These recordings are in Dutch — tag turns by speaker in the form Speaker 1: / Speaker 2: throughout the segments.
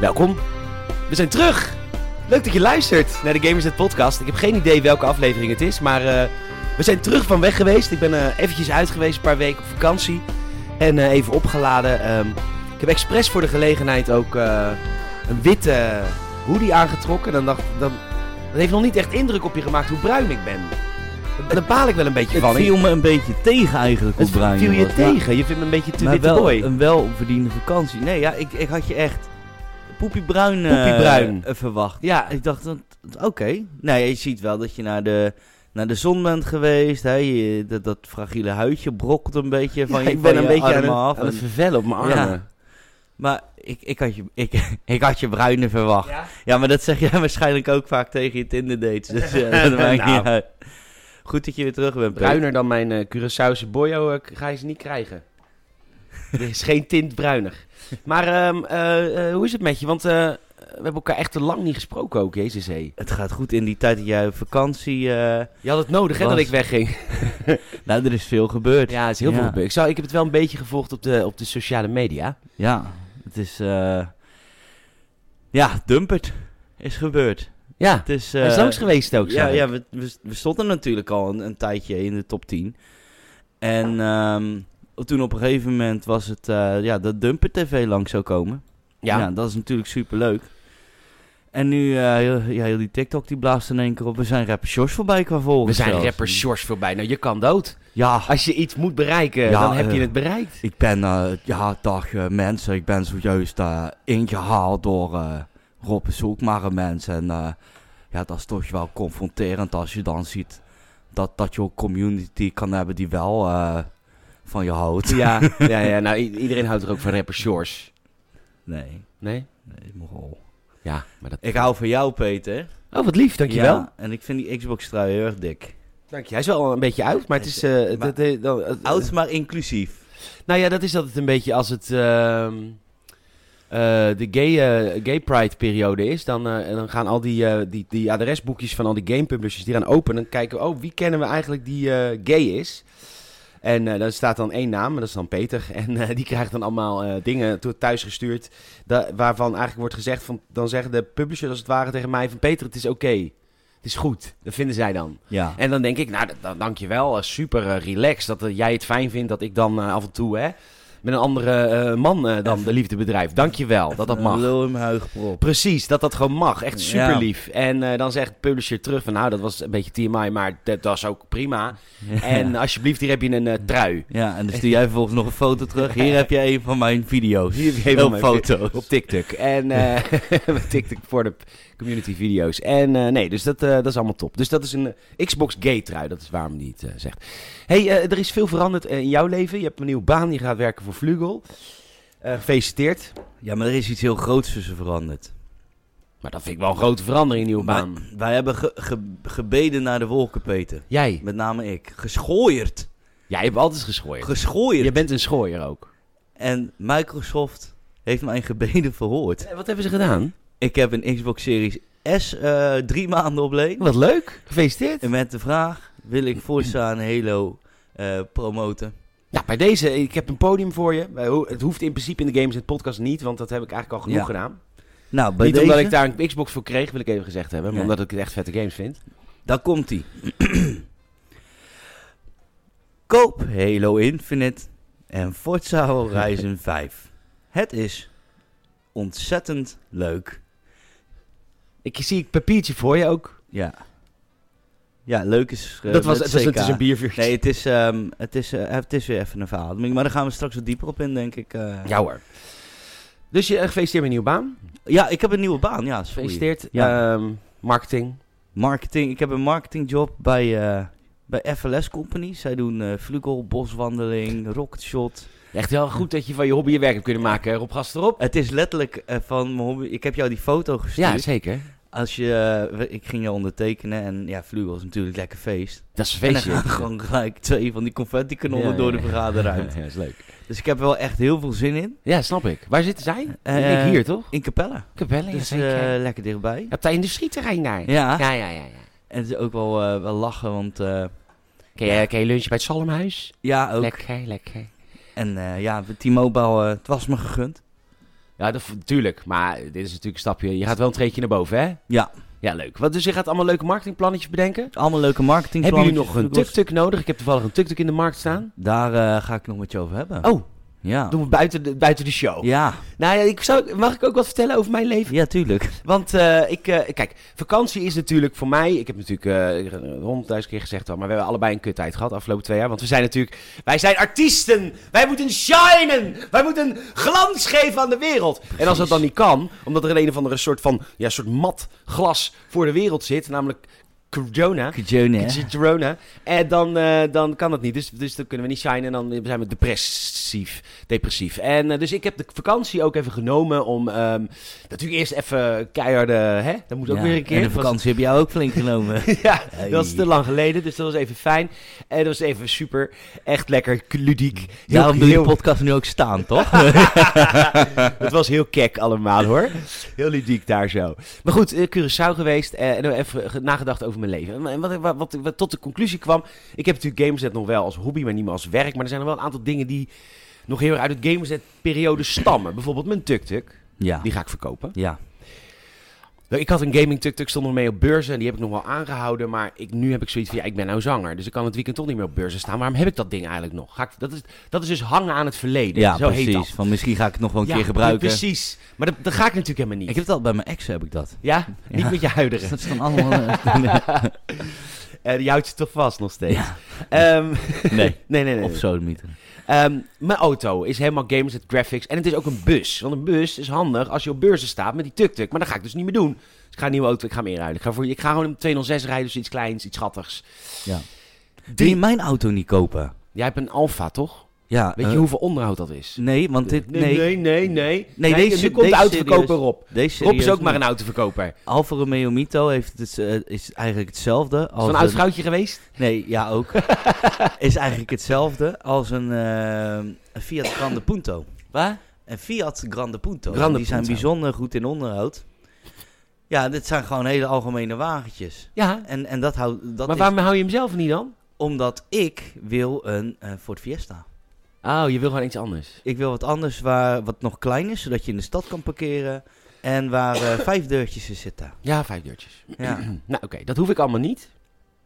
Speaker 1: Welkom. We zijn terug. Leuk dat je luistert naar de Gamersnet podcast. Ik heb geen idee welke aflevering het is, maar eh, we zijn terug van weg geweest. Ik ben eh, eventjes uit geweest, een paar weken op vakantie. En eh, even opgeladen. Ehm, ik heb expres voor de gelegenheid ook eh, een witte hoodie aangetrokken. Dan dacht, dan, dat heeft nog niet echt indruk op je gemaakt hoe bruin ik ben. Daar- Daar baal ik wel een beetje
Speaker 2: Het
Speaker 1: van.
Speaker 2: viel me een beetje tegen eigenlijk, hoe
Speaker 1: Het
Speaker 2: bruin
Speaker 1: viel je
Speaker 2: was.
Speaker 1: tegen. Je vindt me een beetje te
Speaker 2: Maar, maar
Speaker 1: witte
Speaker 2: wel
Speaker 1: boy.
Speaker 2: een welverdiende vakantie. Nee, ja, ik, ik had je echt poepiebruin, eh,
Speaker 1: Poepiebruin.
Speaker 2: eh, verwacht.
Speaker 1: Ja,
Speaker 2: Ik dacht, dat- dat- oké. Nee, je ziet wel dat je naar de, naar de zon bent geweest. Hè? Je, dat, dat fragiele huidje brokkelt een beetje van
Speaker 1: Ja,
Speaker 2: je,
Speaker 1: ik ben
Speaker 2: van
Speaker 1: een
Speaker 2: je
Speaker 1: beetje aan
Speaker 2: armen
Speaker 1: het,
Speaker 2: af.
Speaker 1: aan het
Speaker 2: En-
Speaker 1: vervellen op mijn armen.
Speaker 2: Ja. maar ik, ik, had je, ik, ik had je bruine verwacht. Ja, maar dat zeg jij waarschijnlijk ook vaak tegen je Tinder dates. Dus eh, dat maakt
Speaker 1: Nou.
Speaker 2: niet uit. Goed dat je weer terug bent, Peter.
Speaker 1: Bruiner dan mijn eh Curaçaose boyo eh, k- ga je ze niet krijgen. er is geen tint bruiner. Maar ehm, eh, eh, hoe is het met je? Want eh, we hebben elkaar echt te lang niet gesproken ook, jezus hé.
Speaker 2: Het gaat goed in die tijd dat jij op vakantie... eh,
Speaker 1: Je had het nodig hè,
Speaker 2: Was-
Speaker 1: dat ik wegging.
Speaker 2: nou, er is veel gebeurd. Ja,
Speaker 1: Ja, het is heel
Speaker 2: Ja.
Speaker 1: veel gebeurd. Ik, zou, ik heb het wel een beetje gevolgd op de, op de sociale media.
Speaker 2: het is... eh, ja, Dumpert is gebeurd.
Speaker 1: Ja,
Speaker 2: Het is,
Speaker 1: hij is
Speaker 2: eh,
Speaker 1: langs geweest ook,
Speaker 2: Ja,
Speaker 1: zag ik.
Speaker 2: ja we, we, we stonden natuurlijk al een, een tijdje in de top 10. En ehm, toen op een gegeven moment was het eh, ja, dat Dumper TV langs zou komen.
Speaker 1: Ja.
Speaker 2: dat is natuurlijk superleuk. En nu, eh, heel, ja, heel die TikTok die blaast in één keer op. We zijn rapper Shorts voorbij qua volgen.
Speaker 1: We zijn
Speaker 2: zelfs.
Speaker 1: rapper Sjors voorbij. Nou, je kan dood.
Speaker 2: Ja,
Speaker 1: Als je iets moet bereiken,
Speaker 2: Ja,
Speaker 1: dan heb je
Speaker 2: eh,
Speaker 1: het bereikt.
Speaker 2: ik ben, eh, ja, dag eh, mensen. Ik ben zojuist eh, ingehaald door eh Rob Zoekmare mensen. En eh, ja, dat is toch wel confronterend als je dan ziet dat, dat je ook community kan hebben die wel eh, van je houdt.
Speaker 1: Ja, ja, ja nou, i- iedereen houdt er ook van rapper Sjors.
Speaker 2: Nee,
Speaker 1: Nee?
Speaker 2: nee, morol.
Speaker 1: Ja, maar dat...
Speaker 2: Ik hou van jou, Peter.
Speaker 1: Oh, wat lief, dankjewel.
Speaker 2: Ja, en ik vind die Xbox-trui heel erg dik.
Speaker 1: Dank je. Hij is wel een beetje oud, maar het is... eh,
Speaker 2: Maar-
Speaker 1: dat- eh, dan- het-
Speaker 2: Oud, maar inclusief.
Speaker 1: Nou ja, dat is altijd een beetje als het ehm, eh, de gay, eh, gay pride periode is. Dan, eh, dan gaan al die, eh, die, die adresboekjes van al die game publishers die gaan open. Dan kijken we, oh, wie kennen we eigenlijk die eh, gay is? En eh, daar staat dan één naam, en dat is dan Peter. En eh, die krijgt dan allemaal eh, dingen toe- thuis gestuurd. da- waarvan eigenlijk wordt gezegd, van, dan zeggen de publishers als het ware tegen mij van... Peter, het is oké. Het is goed. Dat vinden zij dan.
Speaker 2: Ja.
Speaker 1: En dan denk ik, nou, dat- dat- dankjewel, eh, super eh, relaxed dat eh, jij het fijn vindt dat ik dan eh, af en toe, hè, met een andere eh, man eh, dan de liefde bedrijf. Dankjewel dat dat
Speaker 2: Een
Speaker 1: mag.
Speaker 2: Lul in mijn huigprop.
Speaker 1: Precies, dat dat gewoon mag. Echt super
Speaker 2: Ja.
Speaker 1: lief. En eh, dan zegt de publisher terug van, nou, dat was een beetje TMI, maar dat was ook prima. En alsjeblieft, hier heb je een eh, trui.
Speaker 2: Ja, en dan stuur jij vervolgens nog een foto terug. Hier heb je een van mijn video's.
Speaker 1: Hier heb je een van
Speaker 2: Heel
Speaker 1: mijn
Speaker 2: foto's.
Speaker 1: Op TikTok. En eh, TikTok voor de community video's. En eh, nee, dus dat, eh, dat is allemaal top. Dus dat is een eh, Xbox Gay trui. Dat is waarom die het eh, zegt. hey, eh, er is veel veranderd eh, in jouw leven. Je hebt een nieuwe baan. Je gaat werken voor Vlugel. Eh, gefeliciteerd.
Speaker 2: Ja, maar er is iets heel groots tussen veranderd.
Speaker 1: Maar dat vind ik wel een grote verandering, een nieuwe
Speaker 2: Wij,
Speaker 1: baan.
Speaker 2: wij hebben ge- ge- gebeden naar de wolken, Peter.
Speaker 1: Jij?
Speaker 2: Met name ik. Geschooierd.
Speaker 1: Jij hebt altijd geschooierd.
Speaker 2: Geschooierd.
Speaker 1: Je bent een schooier ook.
Speaker 2: En Microsoft heeft mijn gebeden verhoord.
Speaker 1: Eh, wat hebben ze gedaan?
Speaker 2: Ik heb een Xbox Series S eh, drie maanden op leen.
Speaker 1: Wat leuk. Gefeliciteerd.
Speaker 2: En met de vraag, wil ik Forza en Halo eh, promoten?
Speaker 1: Nou, bij deze, ik heb een podium voor je. Eh, ho- Het hoeft in principe in de Games en Podcast niet, want dat heb ik eigenlijk al genoeg
Speaker 2: Ja.
Speaker 1: gedaan.
Speaker 2: Nou, bij
Speaker 1: niet
Speaker 2: deze,
Speaker 1: omdat ik daar een Xbox voor kreeg, wil ik even gezegd hebben. Maar
Speaker 2: Nee.
Speaker 1: omdat ik het echt vette games vind.
Speaker 2: daar komt hij. Koop Halo Infinite en Forza Horizon 5. Het is ontzettend leuk.
Speaker 1: Ik zie het papiertje voor je ook.
Speaker 2: Ja. Ja, leuk is... eh,
Speaker 1: dat was, het
Speaker 2: met
Speaker 1: was
Speaker 2: CK.
Speaker 1: het is een biervuurtje.
Speaker 2: Nee, het is, ehm, het, is, eh, het is weer even een verhaal. Maar daar gaan we straks wat dieper op in, denk ik. eh.
Speaker 1: Ja hoor. Dus je eh, gefeliciteerd met een nieuwe baan.
Speaker 2: Ja, ik heb een nieuwe baan. Ja, is voor je.
Speaker 1: Gefeliciteerd.
Speaker 2: Ja.
Speaker 1: Ehm, marketing.
Speaker 2: Marketing. Ik heb een marketingjob bij, eh, bij FLS Company. Zij doen eh vlugel, boswandeling, rocketshot.
Speaker 1: Echt wel goed dat je van je hobby je werk hebt kunnen maken. Rob Gast erop.
Speaker 2: Het is letterlijk eh, van mijn hobby. Ik heb jou die foto gestuurd.
Speaker 1: zeker.
Speaker 2: Als je, eh, we- ik ging jou ondertekenen en ja, vlugel is natuurlijk lekker feest.
Speaker 1: Dat is een
Speaker 2: En dan
Speaker 1: feestje.
Speaker 2: gaan gewoon gelijk twee van die confetti kanonnen
Speaker 1: Ja, ja,
Speaker 2: door de
Speaker 1: ja.
Speaker 2: vergaderruimte.
Speaker 1: Ja, dat is leuk.
Speaker 2: Dus ik heb er wel echt heel veel zin in.
Speaker 1: Ja, snap ik. Waar zitten zij?
Speaker 2: Eh,
Speaker 1: ik hier, toch?
Speaker 2: In Capella.
Speaker 1: Capelle,
Speaker 2: Dus eh, lekker dichtbij.
Speaker 1: Op dat industrieterrein daar.
Speaker 2: Ja.
Speaker 1: ja, ja. ja, ja.
Speaker 2: En het is ook wel, eh, wel lachen, want eh,
Speaker 1: Ken, je, ken je lunchen bij het Salmhuis?
Speaker 2: ja, ook.
Speaker 1: Lekker, lekker.
Speaker 2: En eh, ja, T-Mobile, eh, het was me gegund.
Speaker 1: Ja, dat, tuurlijk. Maar dit is natuurlijk een stapje. Je gaat wel een treetje naar boven, hè?
Speaker 2: Ja.
Speaker 1: Ja, leuk. Wat, dus je gaat allemaal leuke marketingplannetjes bedenken?
Speaker 2: Allemaal leuke marketing.
Speaker 1: Hebben jullie nog een tuk-tuk nodig? Ik heb toevallig een tuk-tuk in de markt staan.
Speaker 2: Daar eh, ga ik nog met je over hebben.
Speaker 1: Oh,
Speaker 2: ja.
Speaker 1: doen we buiten de, buiten de show.
Speaker 2: Ja.
Speaker 1: Nou ja, ik zou, mag ik ook wat vertellen over mijn leven?
Speaker 2: ja, tuurlijk.
Speaker 1: Want eh, ik, eh, kijk, vakantie is natuurlijk voor mij. Ik heb natuurlijk honderdduizend keer gezegd, al, maar we hebben allebei een kuttijd gehad afgelopen twee jaar. Want we zijn natuurlijk, wij zijn artiesten. Wij moeten shinen. Wij moeten glans geven aan de wereld. En als dat dan niet kan, omdat er een of andere soort van, ja, soort mat glas voor de wereld zit, namelijk corona.
Speaker 2: Kajone, hè?
Speaker 1: Corona. En dan, eh, dan kan dat niet. Dus, dus dan kunnen we niet shinen. En dan zijn we depressief. depressief. En eh, dus ik heb de vakantie ook even genomen om... ehm, natuurlijk eerst even keiharde... Hè? Dat moet ook
Speaker 2: Ja,
Speaker 1: weer een keer.
Speaker 2: En de
Speaker 1: Dat was-
Speaker 2: vakantie heb jou ook flink genomen.
Speaker 1: ja,
Speaker 2: Hey.
Speaker 1: dat was te lang geleden. Dus dat was even fijn. En dat was even super. Echt lekker ludiek. Heel,
Speaker 2: Daarom doe je
Speaker 1: heel-
Speaker 2: podcast nu ook staan, toch?
Speaker 1: Het was heel kek allemaal hoor. Heel ludiek daar zo. Maar goed, eh, Curaçao geweest eh, en dan even ge- nagedacht over mijn leven. En wat, wat, wat, wat tot de conclusie kwam. Ik heb natuurlijk Gameset nog wel als hobby, maar niet meer als werk. Maar er zijn nog wel een aantal dingen die nog heel erg uit het Gameset-periode stammen. Bijvoorbeeld mijn tuk-tuk.
Speaker 2: ja.
Speaker 1: Die ga ik verkopen.
Speaker 2: Ja.
Speaker 1: Nou, Ik had een gaming tuk-tuk, stond nog mee op beurzen. En die heb ik nog wel aangehouden. Maar ik, nu heb ik zoiets van, ja, ik ben nou zanger. Dus ik kan het weekend toch niet meer op beurzen staan. Waarom heb ik dat ding eigenlijk nog? Ga ik, dat, is, dat is dus hangen aan het verleden.
Speaker 2: Ja,
Speaker 1: zo heet
Speaker 2: precies.
Speaker 1: dat.
Speaker 2: Van misschien ga ik het nog wel een
Speaker 1: Ja,
Speaker 2: keer gebruiken.
Speaker 1: Precies. Maar dat, dat ga ik natuurlijk helemaal niet.
Speaker 2: Ik heb dat bij mijn ex heb ik dat.
Speaker 1: Ja?
Speaker 2: Ja.
Speaker 1: Niet met je
Speaker 2: Dus
Speaker 1: huideren.
Speaker 2: dat is dan allemaal.
Speaker 1: Eh die houdt je toch vast nog steeds. Ehm,
Speaker 2: Nee.
Speaker 1: nee, nee, nee.
Speaker 2: Of zo niet.
Speaker 1: Ehm, mijn auto is helemaal games en graphics. En het is ook een bus. Want een bus is handig als je op beurzen staat met die tuk-tuk. Maar dat ga ik dus niet meer doen. Dus ik ga een nieuwe auto, ik ga hem inruilen. Ik ga, voor, ik ga gewoon een 206 rijden, dus iets kleins, iets schattigs.
Speaker 2: Ja. Wil je
Speaker 1: Die,
Speaker 2: mijn auto niet kopen?
Speaker 1: jij hebt een Alfa, toch?
Speaker 2: Ja.
Speaker 1: Weet je
Speaker 2: eh,
Speaker 1: hoeveel onderhoud dat is?
Speaker 2: Nee, want dit. Nee.
Speaker 1: nee, nee. nee.
Speaker 2: Nee, deze-
Speaker 1: nu komt de
Speaker 2: deze
Speaker 1: autoverkoper
Speaker 2: serieus.
Speaker 1: Rob.
Speaker 2: Deze
Speaker 1: Rob is
Speaker 2: serieus
Speaker 1: ook maar
Speaker 2: niet.
Speaker 1: een autoverkoper.
Speaker 2: Alfa Romeo Mito heeft het, eh, is eigenlijk hetzelfde.
Speaker 1: Is
Speaker 2: Als
Speaker 1: dat een oud vrouwtje geweest?
Speaker 2: Nee, ja ook. is eigenlijk hetzelfde als een, eh, een Fiat Grande Punto.
Speaker 1: Waar?
Speaker 2: Een Fiat Grande Punto.
Speaker 1: Grande
Speaker 2: die zijn
Speaker 1: Punto.
Speaker 2: bijzonder goed in onderhoud. Ja, dit zijn gewoon hele algemene wagentjes.
Speaker 1: Ja.
Speaker 2: En, en dat houdt. Dat
Speaker 1: maar
Speaker 2: is
Speaker 1: waarom hou je hem zelf niet dan?
Speaker 2: omdat ik wil een eh, Ford Fiesta.
Speaker 1: Oh, je wil gewoon iets anders.
Speaker 2: Ik wil wat anders waar, wat nog klein is, zodat je in de stad kan parkeren. En waar eh, vijf deurtjes in zitten.
Speaker 1: Ja, vijf deurtjes.
Speaker 2: Ja.
Speaker 1: Nou, oké, dat hoef ik allemaal niet.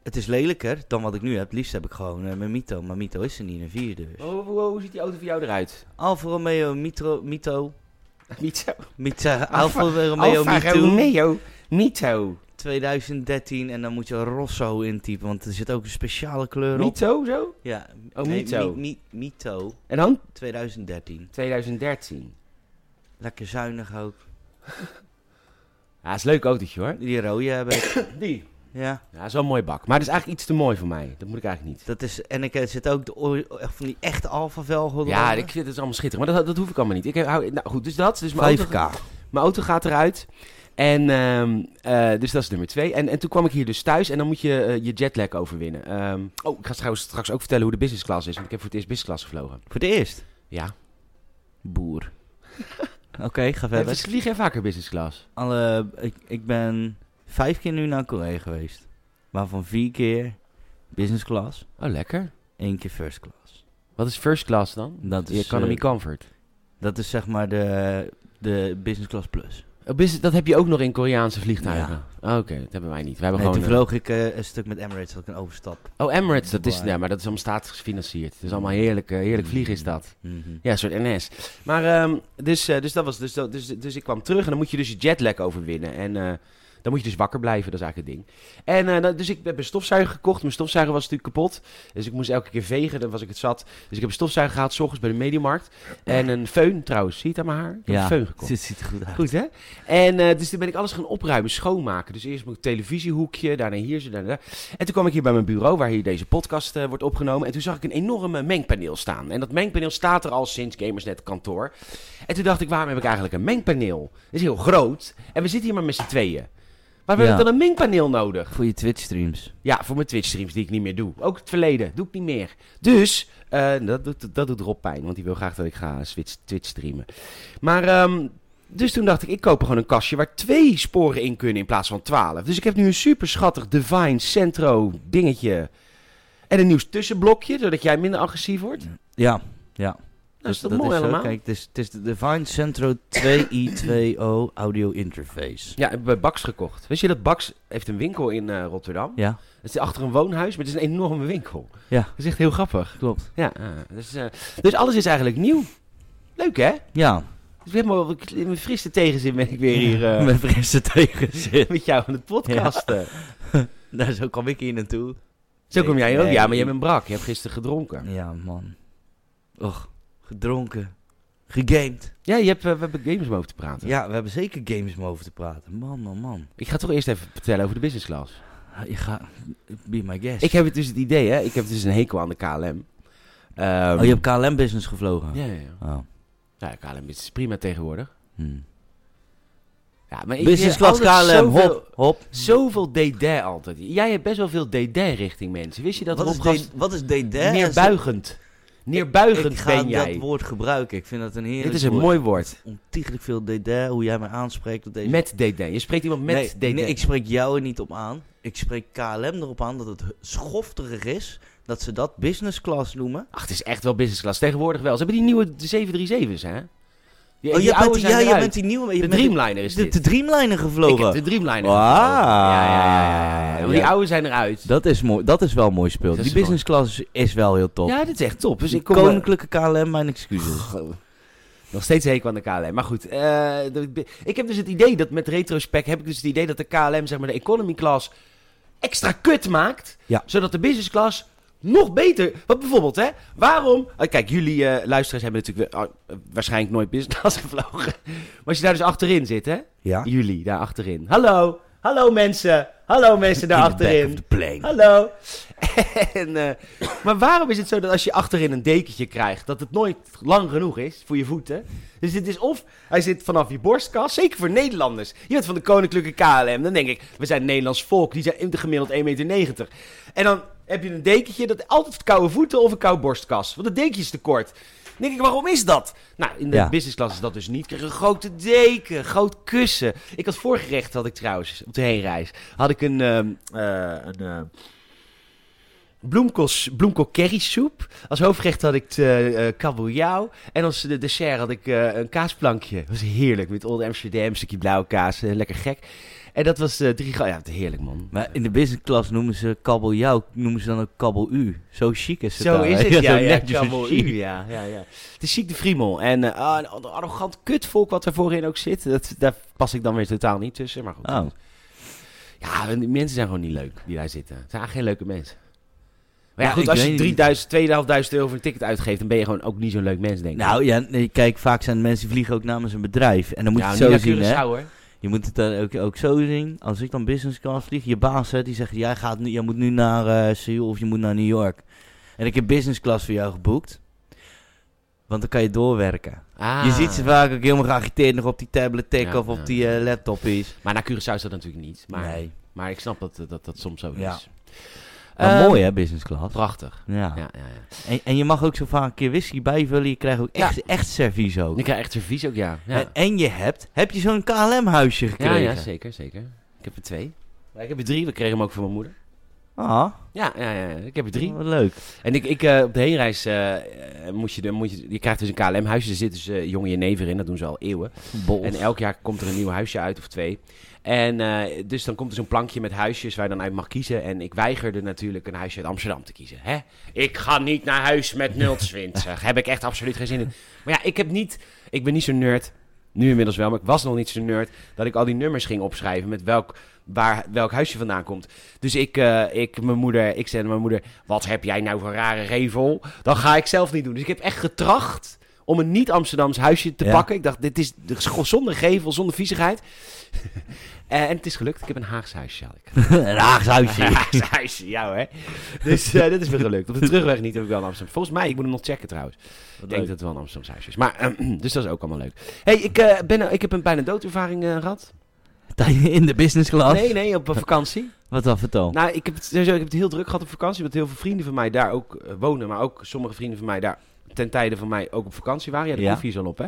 Speaker 2: Het is lelijker dan wat ik nu heb. Het liefst heb ik gewoon eh, mijn Mito. Maar Mito is er niet, een vierdeur.
Speaker 1: Hoe, ziet die auto voor jou eruit?
Speaker 2: Alfa Romeo Mitro, Mito.
Speaker 1: Niet zo.
Speaker 2: Mito
Speaker 1: Alfa-
Speaker 2: Alfa Romeo
Speaker 1: Alfa
Speaker 2: Mito.
Speaker 1: Romeo Mito.
Speaker 2: 2013. En dan moet je Rosso intypen, want er zit ook een speciale kleur op.
Speaker 1: Mito zo?
Speaker 2: Ja.
Speaker 1: Oh,
Speaker 2: nee,
Speaker 1: Mito.
Speaker 2: Mi- Mi- Mito
Speaker 1: En dan?
Speaker 2: 2013.
Speaker 1: 2013.
Speaker 2: Lekker zuinig ook.
Speaker 1: Ja, is een leuk autootje hoor.
Speaker 2: Die rode heb ik.
Speaker 1: Die.
Speaker 2: Ja.
Speaker 1: Ja, is wel een mooi bak. Maar dat is eigenlijk iets te mooi voor mij. Dat moet ik eigenlijk niet.
Speaker 2: Dat is, en ik er zit ook de oor- van die echte Alfa velgen.
Speaker 1: Ja,
Speaker 2: eronder.
Speaker 1: ik vind het allemaal schitterend. Maar dat, dat hoef ik allemaal niet. Ik heb, hou, nou goed, dus dat. Dus mijn auto,
Speaker 2: 5K.
Speaker 1: mijn auto gaat eruit. En ehm, eh, dus dat is nummer twee. En, en toen kwam ik hier dus thuis en dan moet je eh, je jetlag overwinnen. Ehm, oh, ik ga trouwens straks ook vertellen hoe de business class is. Want ik heb voor het eerst business class gevlogen.
Speaker 2: Voor het eerst.
Speaker 1: Ja.
Speaker 2: Boer. Oké, ga
Speaker 1: We
Speaker 2: verder.
Speaker 1: vliegen jij vaker business class?
Speaker 2: Alle, ik, ik ben vijf keer nu naar Korea geweest. Waarvan vier keer business class,
Speaker 1: Oh, lekker.
Speaker 2: één keer first class.
Speaker 1: Wat is first class dan?
Speaker 2: Dat
Speaker 1: De
Speaker 2: is,
Speaker 1: economy
Speaker 2: eh,
Speaker 1: comfort.
Speaker 2: dat is zeg maar de, de business class plus.
Speaker 1: Oh, business- dat heb je ook nog in Koreaanse vliegtuigen?
Speaker 2: Ja.
Speaker 1: Oh, Oké, dat hebben wij niet. We hebben
Speaker 2: Nee, toen
Speaker 1: gewoon... eh,
Speaker 2: vloog ik eh, een stuk met Emirates, had ik een overstap.
Speaker 1: oh, Emirates, dat is...
Speaker 2: Dubai.
Speaker 1: Nee, maar dat is allemaal staatsgefinancierd. Het is allemaal heerlijk, eh, heerlijk vliegen is dat.
Speaker 2: Mhm.
Speaker 1: Ja, een soort NS. Maar, ehm, dus, eh, dus dat was... Dus, dat- dus, dus ik kwam terug en dan moet je dus je jetlag overwinnen. En eh, dan moet je dus wakker blijven, dat is eigenlijk het ding. En eh, nou, dus ik heb een stofzuiger gekocht. Mijn stofzuiger was natuurlijk kapot. Dus ik moest elke keer vegen, dan was ik het zat. Dus ik heb een stofzuiger gehaald, s ochtends bij de Mediamarkt. En een föhn trouwens, zie je het aan mijn haar? Ik heb een föhn gekocht.
Speaker 2: Dit ziet er goed uit.
Speaker 1: Goed, hè? En eh, dus toen ben ik alles gaan opruimen, schoonmaken. Dus eerst mijn televisiehoekje, daarna hier, zo, daarna daar. En toen kwam ik hier bij mijn bureau, waar hier deze podcast eh, wordt opgenomen. En toen zag ik een enorme mengpaneel staan. En dat mengpaneel staat er al sinds Gamersnet kantoor. En toen dacht ik, waarom heb ik eigenlijk een mengpaneel? Dat is heel groot. En we zitten hier maar met z'n tweeën. Waarom heb
Speaker 2: Ja.
Speaker 1: ik dan een mengpaneel nodig?
Speaker 2: Voor je Twitch streams.
Speaker 1: Ja, voor mijn Twitch-streams die ik niet meer doe. Ook het verleden, doe ik niet meer. Dus, eh, dat, doet, dat doet Rob pijn, want die wil graag dat ik ga Switch- Twitch-streamen. Maar, ehm, dus toen dacht ik, ik koop gewoon een kastje waar twee sporen in kunnen in plaats van twaalf. Dus ik heb nu een super schattig Divine Centro dingetje. En een nieuw tussenblokje, zodat jij minder agressief wordt.
Speaker 2: Ja, ja.
Speaker 1: dus dat is eh, toch
Speaker 2: dat
Speaker 1: mooi
Speaker 2: zo.
Speaker 1: allemaal?
Speaker 2: Kijk, het is, het is de Divine Centro 2i2o audio interface.
Speaker 1: Ja, hebben bij Bax gekocht. Wist je dat Bax heeft een winkel in eh, Rotterdam?
Speaker 2: Ja,
Speaker 1: Het is achter een woonhuis, maar het is een enorme winkel.
Speaker 2: Ja.
Speaker 1: Dat is echt heel grappig.
Speaker 2: klopt.
Speaker 1: Ja, eh, dus, eh, dus alles is eigenlijk nieuw. Leuk, hè?
Speaker 2: Ja,
Speaker 1: Dus weer helemaal in mijn frisse tegenzin ben ik weer hier eh,
Speaker 2: met frisse tegenzin.
Speaker 1: met jou aan het podcasten.
Speaker 2: Daar zo kwam ik hier naartoe.
Speaker 1: Zo kom jij ook.
Speaker 2: Nee.
Speaker 1: Ja, maar jij bent brak. Je hebt gisteren gedronken.
Speaker 2: Ja, man. Och, gedronken. Gegamed.
Speaker 1: Ja, je hebt, eh, we hebben games om over te praten.
Speaker 2: Ja, we hebben zeker games om over te praten. Man, man, man.
Speaker 1: Ik ga toch eerst even vertellen over de business class.
Speaker 2: Je gaat... Be my guest.
Speaker 1: Ik heb het dus het idee, hè. Ik heb dus een hekel aan de KLM. Ehm,
Speaker 2: Oh, je hebt KLM Business gevlogen?
Speaker 1: Ja, ja, ja.
Speaker 2: Oh.
Speaker 1: Nou, KLM is prima tegenwoordig.
Speaker 2: Hm.
Speaker 1: Ja, maar ik-
Speaker 2: Business
Speaker 1: je hebt
Speaker 2: class KLM,
Speaker 1: altijd zoveel-
Speaker 2: hop, hop.
Speaker 1: Zoveel dédain altijd. Jij hebt best wel veel dédain richting mensen. Wist je dat?
Speaker 2: wat,
Speaker 1: Rob
Speaker 2: is
Speaker 1: Gast-
Speaker 2: de- wat is DD?
Speaker 1: Neerbuigend.
Speaker 2: Ik
Speaker 1: Neerbuigend
Speaker 2: ga
Speaker 1: ben
Speaker 2: dat
Speaker 1: jij.
Speaker 2: woord gebruiken. Ik vind dat een heerlijk
Speaker 1: Dit is een
Speaker 2: woord.
Speaker 1: mooi woord.
Speaker 2: Ontiegelijk veel DD, hoe jij mij aanspreekt op deze...
Speaker 1: Met dédain. Je spreekt iemand met
Speaker 2: nee,
Speaker 1: dédain.
Speaker 2: nee, ik spreek jou er niet op aan. Ik spreek KLM erop aan dat het schofterig is dat ze dat business class noemen.
Speaker 1: Ach, het is echt wel business class. Tegenwoordig wel. Ze hebben die nieuwe 737's, hè? Die,
Speaker 2: oh,
Speaker 1: die
Speaker 2: je
Speaker 1: oude
Speaker 2: bent,
Speaker 1: zijn
Speaker 2: ja, je
Speaker 1: eruit.
Speaker 2: bent die nieuwe... Je
Speaker 1: De
Speaker 2: bent
Speaker 1: Dreamliner is
Speaker 2: de,
Speaker 1: dit.
Speaker 2: de Dreamliner
Speaker 1: Ik heb
Speaker 2: gevlogen.
Speaker 1: de Dreamliner.
Speaker 2: Wauw.
Speaker 1: Ja, ja, ja, ja, ja. Want Die
Speaker 2: Ja.
Speaker 1: oude zijn eruit.
Speaker 2: Dat is, mooi, dat is wel een mooi speel.
Speaker 1: Dat is
Speaker 2: Die
Speaker 1: mooi.
Speaker 2: business class is wel heel top.
Speaker 1: Ja, dit is echt top. Dus
Speaker 2: Die
Speaker 1: ik kom...
Speaker 2: Koninklijke KLM, mijn excuses.
Speaker 1: Goh, Nog steeds hekel aan de KLM. Maar goed, eh, de- ik heb dus het idee dat met retrospect heb ik dus het idee dat de KLM zeg maar, de economy class extra kut maakt.
Speaker 2: Ja.
Speaker 1: Zodat de business class nog beter. Want bijvoorbeeld, hè, waarom. eh, kijk, jullie eh, luisteraars hebben natuurlijk weer- ah, waarschijnlijk nooit business class gevlogen. Maar als je daar dus achterin zit, hè?
Speaker 2: Ja.
Speaker 1: Jullie daar achterin. Hallo, hallo mensen. Hallo mensen daar achterin.
Speaker 2: de plane.
Speaker 1: Hallo. En, eh, maar waarom is het zo dat als je achterin een dekentje krijgt, dat het nooit lang genoeg is voor je voeten? Dus dit is of hij zit vanaf je borstkas, zeker voor Nederlanders. Je bent van de Koninklijke KLM, dan denk ik, we zijn Nederlands volk, die zijn in de gemiddeld 1,90 meter. En dan heb je een dekentje dat altijd koude voeten of een koude borstkas, want het dekentje is te kort. Dan denk ik, waarom is dat? Nou, in de
Speaker 2: Ja.
Speaker 1: business class is dat dus niet. Ik kreeg een grote deken, groot kussen. Ik had voorgerecht, had ik trouwens, op de heenreis, had ik een, ehm eh, een eh, bloemkos, bloemkool currysoep. Als hoofdgerecht had ik eh, eh, kabeljauw. En als eh, dessert had ik eh, een kaasplankje. Dat was heerlijk, met Old Amsterdam, een stukje blauwe kaas, eh, lekker gek. En dat was eh, drie... ga- Ja, het is heerlijk, man.
Speaker 2: Maar in de business class noemen ze kabeljauw, noemen ze dan ook kabelu. Zo chic is het
Speaker 1: Zo
Speaker 2: daar,
Speaker 1: is
Speaker 2: hè?
Speaker 1: het, ja,
Speaker 2: zo
Speaker 1: ja,
Speaker 2: netjes en
Speaker 1: kabeljauw,
Speaker 2: chic.
Speaker 1: ja, ja, ja. Het is ziek de friemel. En eh, ah, een arrogant kutvolk wat er voorin ook zit. Dat, daar pas ik dan weer totaal niet tussen, maar goed.
Speaker 2: Oh.
Speaker 1: Ja, en die mensen zijn gewoon niet leuk die daar zitten. Het zijn eigenlijk geen leuke mensen. Maar ja,
Speaker 2: Nou,
Speaker 1: goed,
Speaker 2: ik
Speaker 1: als je
Speaker 2: weet
Speaker 1: 3000, 2500 euro voor een ticket uitgeeft, dan ben je gewoon ook niet zo'n leuk mens, denk ik.
Speaker 2: Nou ja, nee, kijk, vaak zijn mensen die vliegen ook namens een bedrijf. En dan moet
Speaker 1: Ja,
Speaker 2: je
Speaker 1: niet
Speaker 2: het zo
Speaker 1: naar
Speaker 2: zien, hè.
Speaker 1: Curaçao, hoor.
Speaker 2: Je moet het dan ook, ook zo zien. Als ik dan business class vlieg, je baas hè, die zegt, jij, gaat nu, jij moet nu naar eh, Seoul of je moet naar New York. En ik heb business class voor jou geboekt. Want dan kan je doorwerken.
Speaker 1: Ah.
Speaker 2: Je ziet ze vaak ook helemaal geagiteerd nog op die tablet tikken
Speaker 1: Ja,
Speaker 2: of op
Speaker 1: ja.
Speaker 2: die eh, laptop is.
Speaker 1: Maar naar Curaçao is dat natuurlijk niet. Maar,
Speaker 2: nee.
Speaker 1: maar ik snap dat eh, dat, dat soms zo
Speaker 2: Ja.
Speaker 1: is.
Speaker 2: Maar
Speaker 1: Ehm,
Speaker 2: mooi hè, business class.
Speaker 1: Prachtig.
Speaker 2: Ja.
Speaker 1: Ja, ja, ja.
Speaker 2: En, en je mag ook zo vaak een keer whisky bijvullen. Je krijgt ook
Speaker 1: Ja.
Speaker 2: echt, echt servies ook.
Speaker 1: Ik krijg echt servies ook, ja. Ja,
Speaker 2: En, en je hebt, heb je zo'n KLM-huisje
Speaker 1: ja,
Speaker 2: gekregen?
Speaker 1: ja zeker, zeker. Ik heb er twee. Ja, ik heb er drie, we kregen hem ook van mijn moeder.
Speaker 2: Ah,
Speaker 1: Ja, ja, ja, ja, ik heb er drie.
Speaker 2: drie. Wat leuk.
Speaker 1: En ik, ik eh, op de heenreis eh, eh, moet je, de, moet je, je krijgt dus een KLM-huisje. Er zit dus eh, jonge jenever in, dat doen ze al eeuwen.
Speaker 2: Bol.
Speaker 1: En elk jaar komt er een nieuw huisje uit of twee. En eh, dus dan komt er zo'n plankje met huisjes waar je dan uit mag kiezen. En ik weigerde natuurlijk een huisje uit Amsterdam te kiezen. Hè? Ik ga niet naar huis met 020. heb ik echt absoluut geen zin in. Maar ja, ik heb niet. Ik ben niet zo'n nerd. Nu inmiddels wel, maar ik was nog niet zo'n nerd. Dat ik al die nummers ging opschrijven met welk, waar, welk huisje vandaan komt. Dus ik, eh, ik, mijn moeder, ik zei aan mijn moeder: Wat heb jij nou voor rare revel? Dat ga ik zelf niet doen. Dus ik heb echt getracht om een niet-Amsterdams huisje te
Speaker 2: Ja.
Speaker 1: pakken. Ik dacht: Dit is de- zonder gevel, zonder viezigheid. Eh, en het is gelukt. Ik heb een Haags huisje. Had ik.
Speaker 2: een Haags huisje.
Speaker 1: Haags huisje, ja hè. Dus eh dat is weer gelukt. Op de terugweg niet heb ik wel een Amsterdam. Volgens mij, ik moet hem nog checken trouwens. Ik denk dat het wel een Amsterdamse huisje is. Maar, dus dat is ook allemaal leuk. hey, ik, eh, ben, nou- ik heb een bijna doodervaring eh, gehad.
Speaker 2: In de business class?
Speaker 1: Nee, nee, op eh, vakantie.
Speaker 2: Wat dan, vertel.
Speaker 1: Nou, ik heb, het, sowieso, ik heb het heel druk gehad op vakantie. Omdat heel veel vrienden van mij daar ook eh, wonen. Maar ook sommige vrienden van mij daar ten tijde van mij ook op vakantie waren. Ja, de
Speaker 2: Ja.
Speaker 1: koffie is al op, hè.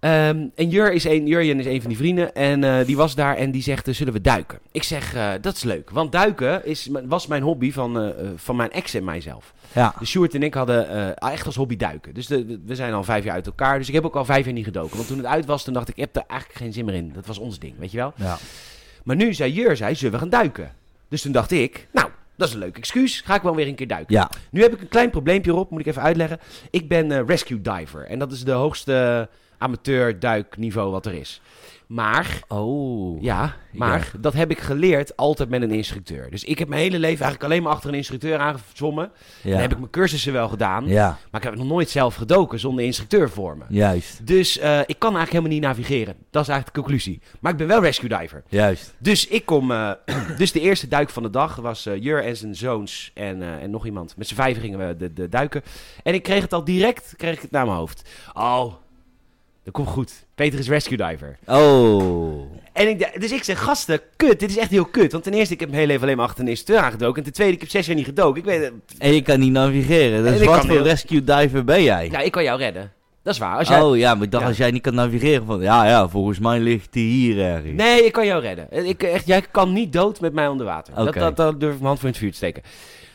Speaker 1: Ehm, en Jur is een, Jurjen is een van die vrienden en eh, die was daar en die zegt, eh, zullen we duiken? Ik zeg, eh, dat is leuk, want duiken is, was mijn hobby van, eh, eh, van mijn ex en mijzelf.
Speaker 2: Ja.
Speaker 1: Dus Sjoerd en ik hadden eh, echt als hobby duiken. Dus de, de- we zijn al vijf jaar uit elkaar, dus ik heb ook al vijf jaar niet gedoken. Want toen het uit was, toen dacht ik, ik heb er eigenlijk geen zin meer in. Dat was ons ding, weet je wel?
Speaker 2: Ja.
Speaker 1: Maar nu zei Jur, zei, zullen we gaan duiken? Dus toen dacht ik, nou, dat is een leuk excuus, ga ik wel weer een keer duiken.
Speaker 2: Ja.
Speaker 1: Nu heb ik een klein probleempje erop, moet ik even uitleggen. Ik ben eh, rescue diver en dat is de hoogste amateur duikniveau wat er is. Maar,
Speaker 2: Oh.
Speaker 1: ja, maar dat heb ik geleerd altijd met een instructeur. Dus ik heb mijn hele leven eigenlijk alleen maar achter een instructeur aangezwommen. Dan heb ik mijn cursussen wel gedaan,
Speaker 2: Ja,
Speaker 1: maar ik heb nog nooit zelf gedoken zonder instructeur voor me.
Speaker 2: juist.
Speaker 1: Dus eh, ik kan eigenlijk helemaal niet navigeren. Dat is eigenlijk de conclusie. Maar ik ben wel rescue diver.
Speaker 2: Juist.
Speaker 1: Dus ik kom. eh, dus de eerste duik van de dag was eh, Jur en zijn zoons en, eh, en nog iemand. Met z'n vijf gingen we de, de duiken. En ik kreeg het al direct kreeg ik het naar mijn hoofd. Oh, dat komt goed. Peter is rescue diver.
Speaker 2: Oh.
Speaker 1: En ik, d- dus ik zeg, gasten, kut. Dit is echt heel kut. Want ten eerste, ik heb mijn hele leven alleen maar achter een instructeur aangedoken. En ten tweede, ik heb zes jaar niet gedoken. Ik weet het.
Speaker 2: En je kan niet navigeren.
Speaker 1: En
Speaker 2: Dus
Speaker 1: ik
Speaker 2: wat
Speaker 1: kan
Speaker 2: voor
Speaker 1: heel-
Speaker 2: rescue diver ben jij?
Speaker 1: Nou, ik kan jou redden. Dat is waar. Als jij...
Speaker 2: Oh ja, maar ik dacht
Speaker 1: Ja.
Speaker 2: als jij niet kan navigeren van... Ja, ja, volgens mij ligt die hier ergens.
Speaker 1: Nee, ik kan jou redden. Ik, echt, jij kan niet dood met mij onder water. Dat,
Speaker 2: Oké.
Speaker 1: dat, dat durf ik mijn hand voor in het vuur te steken.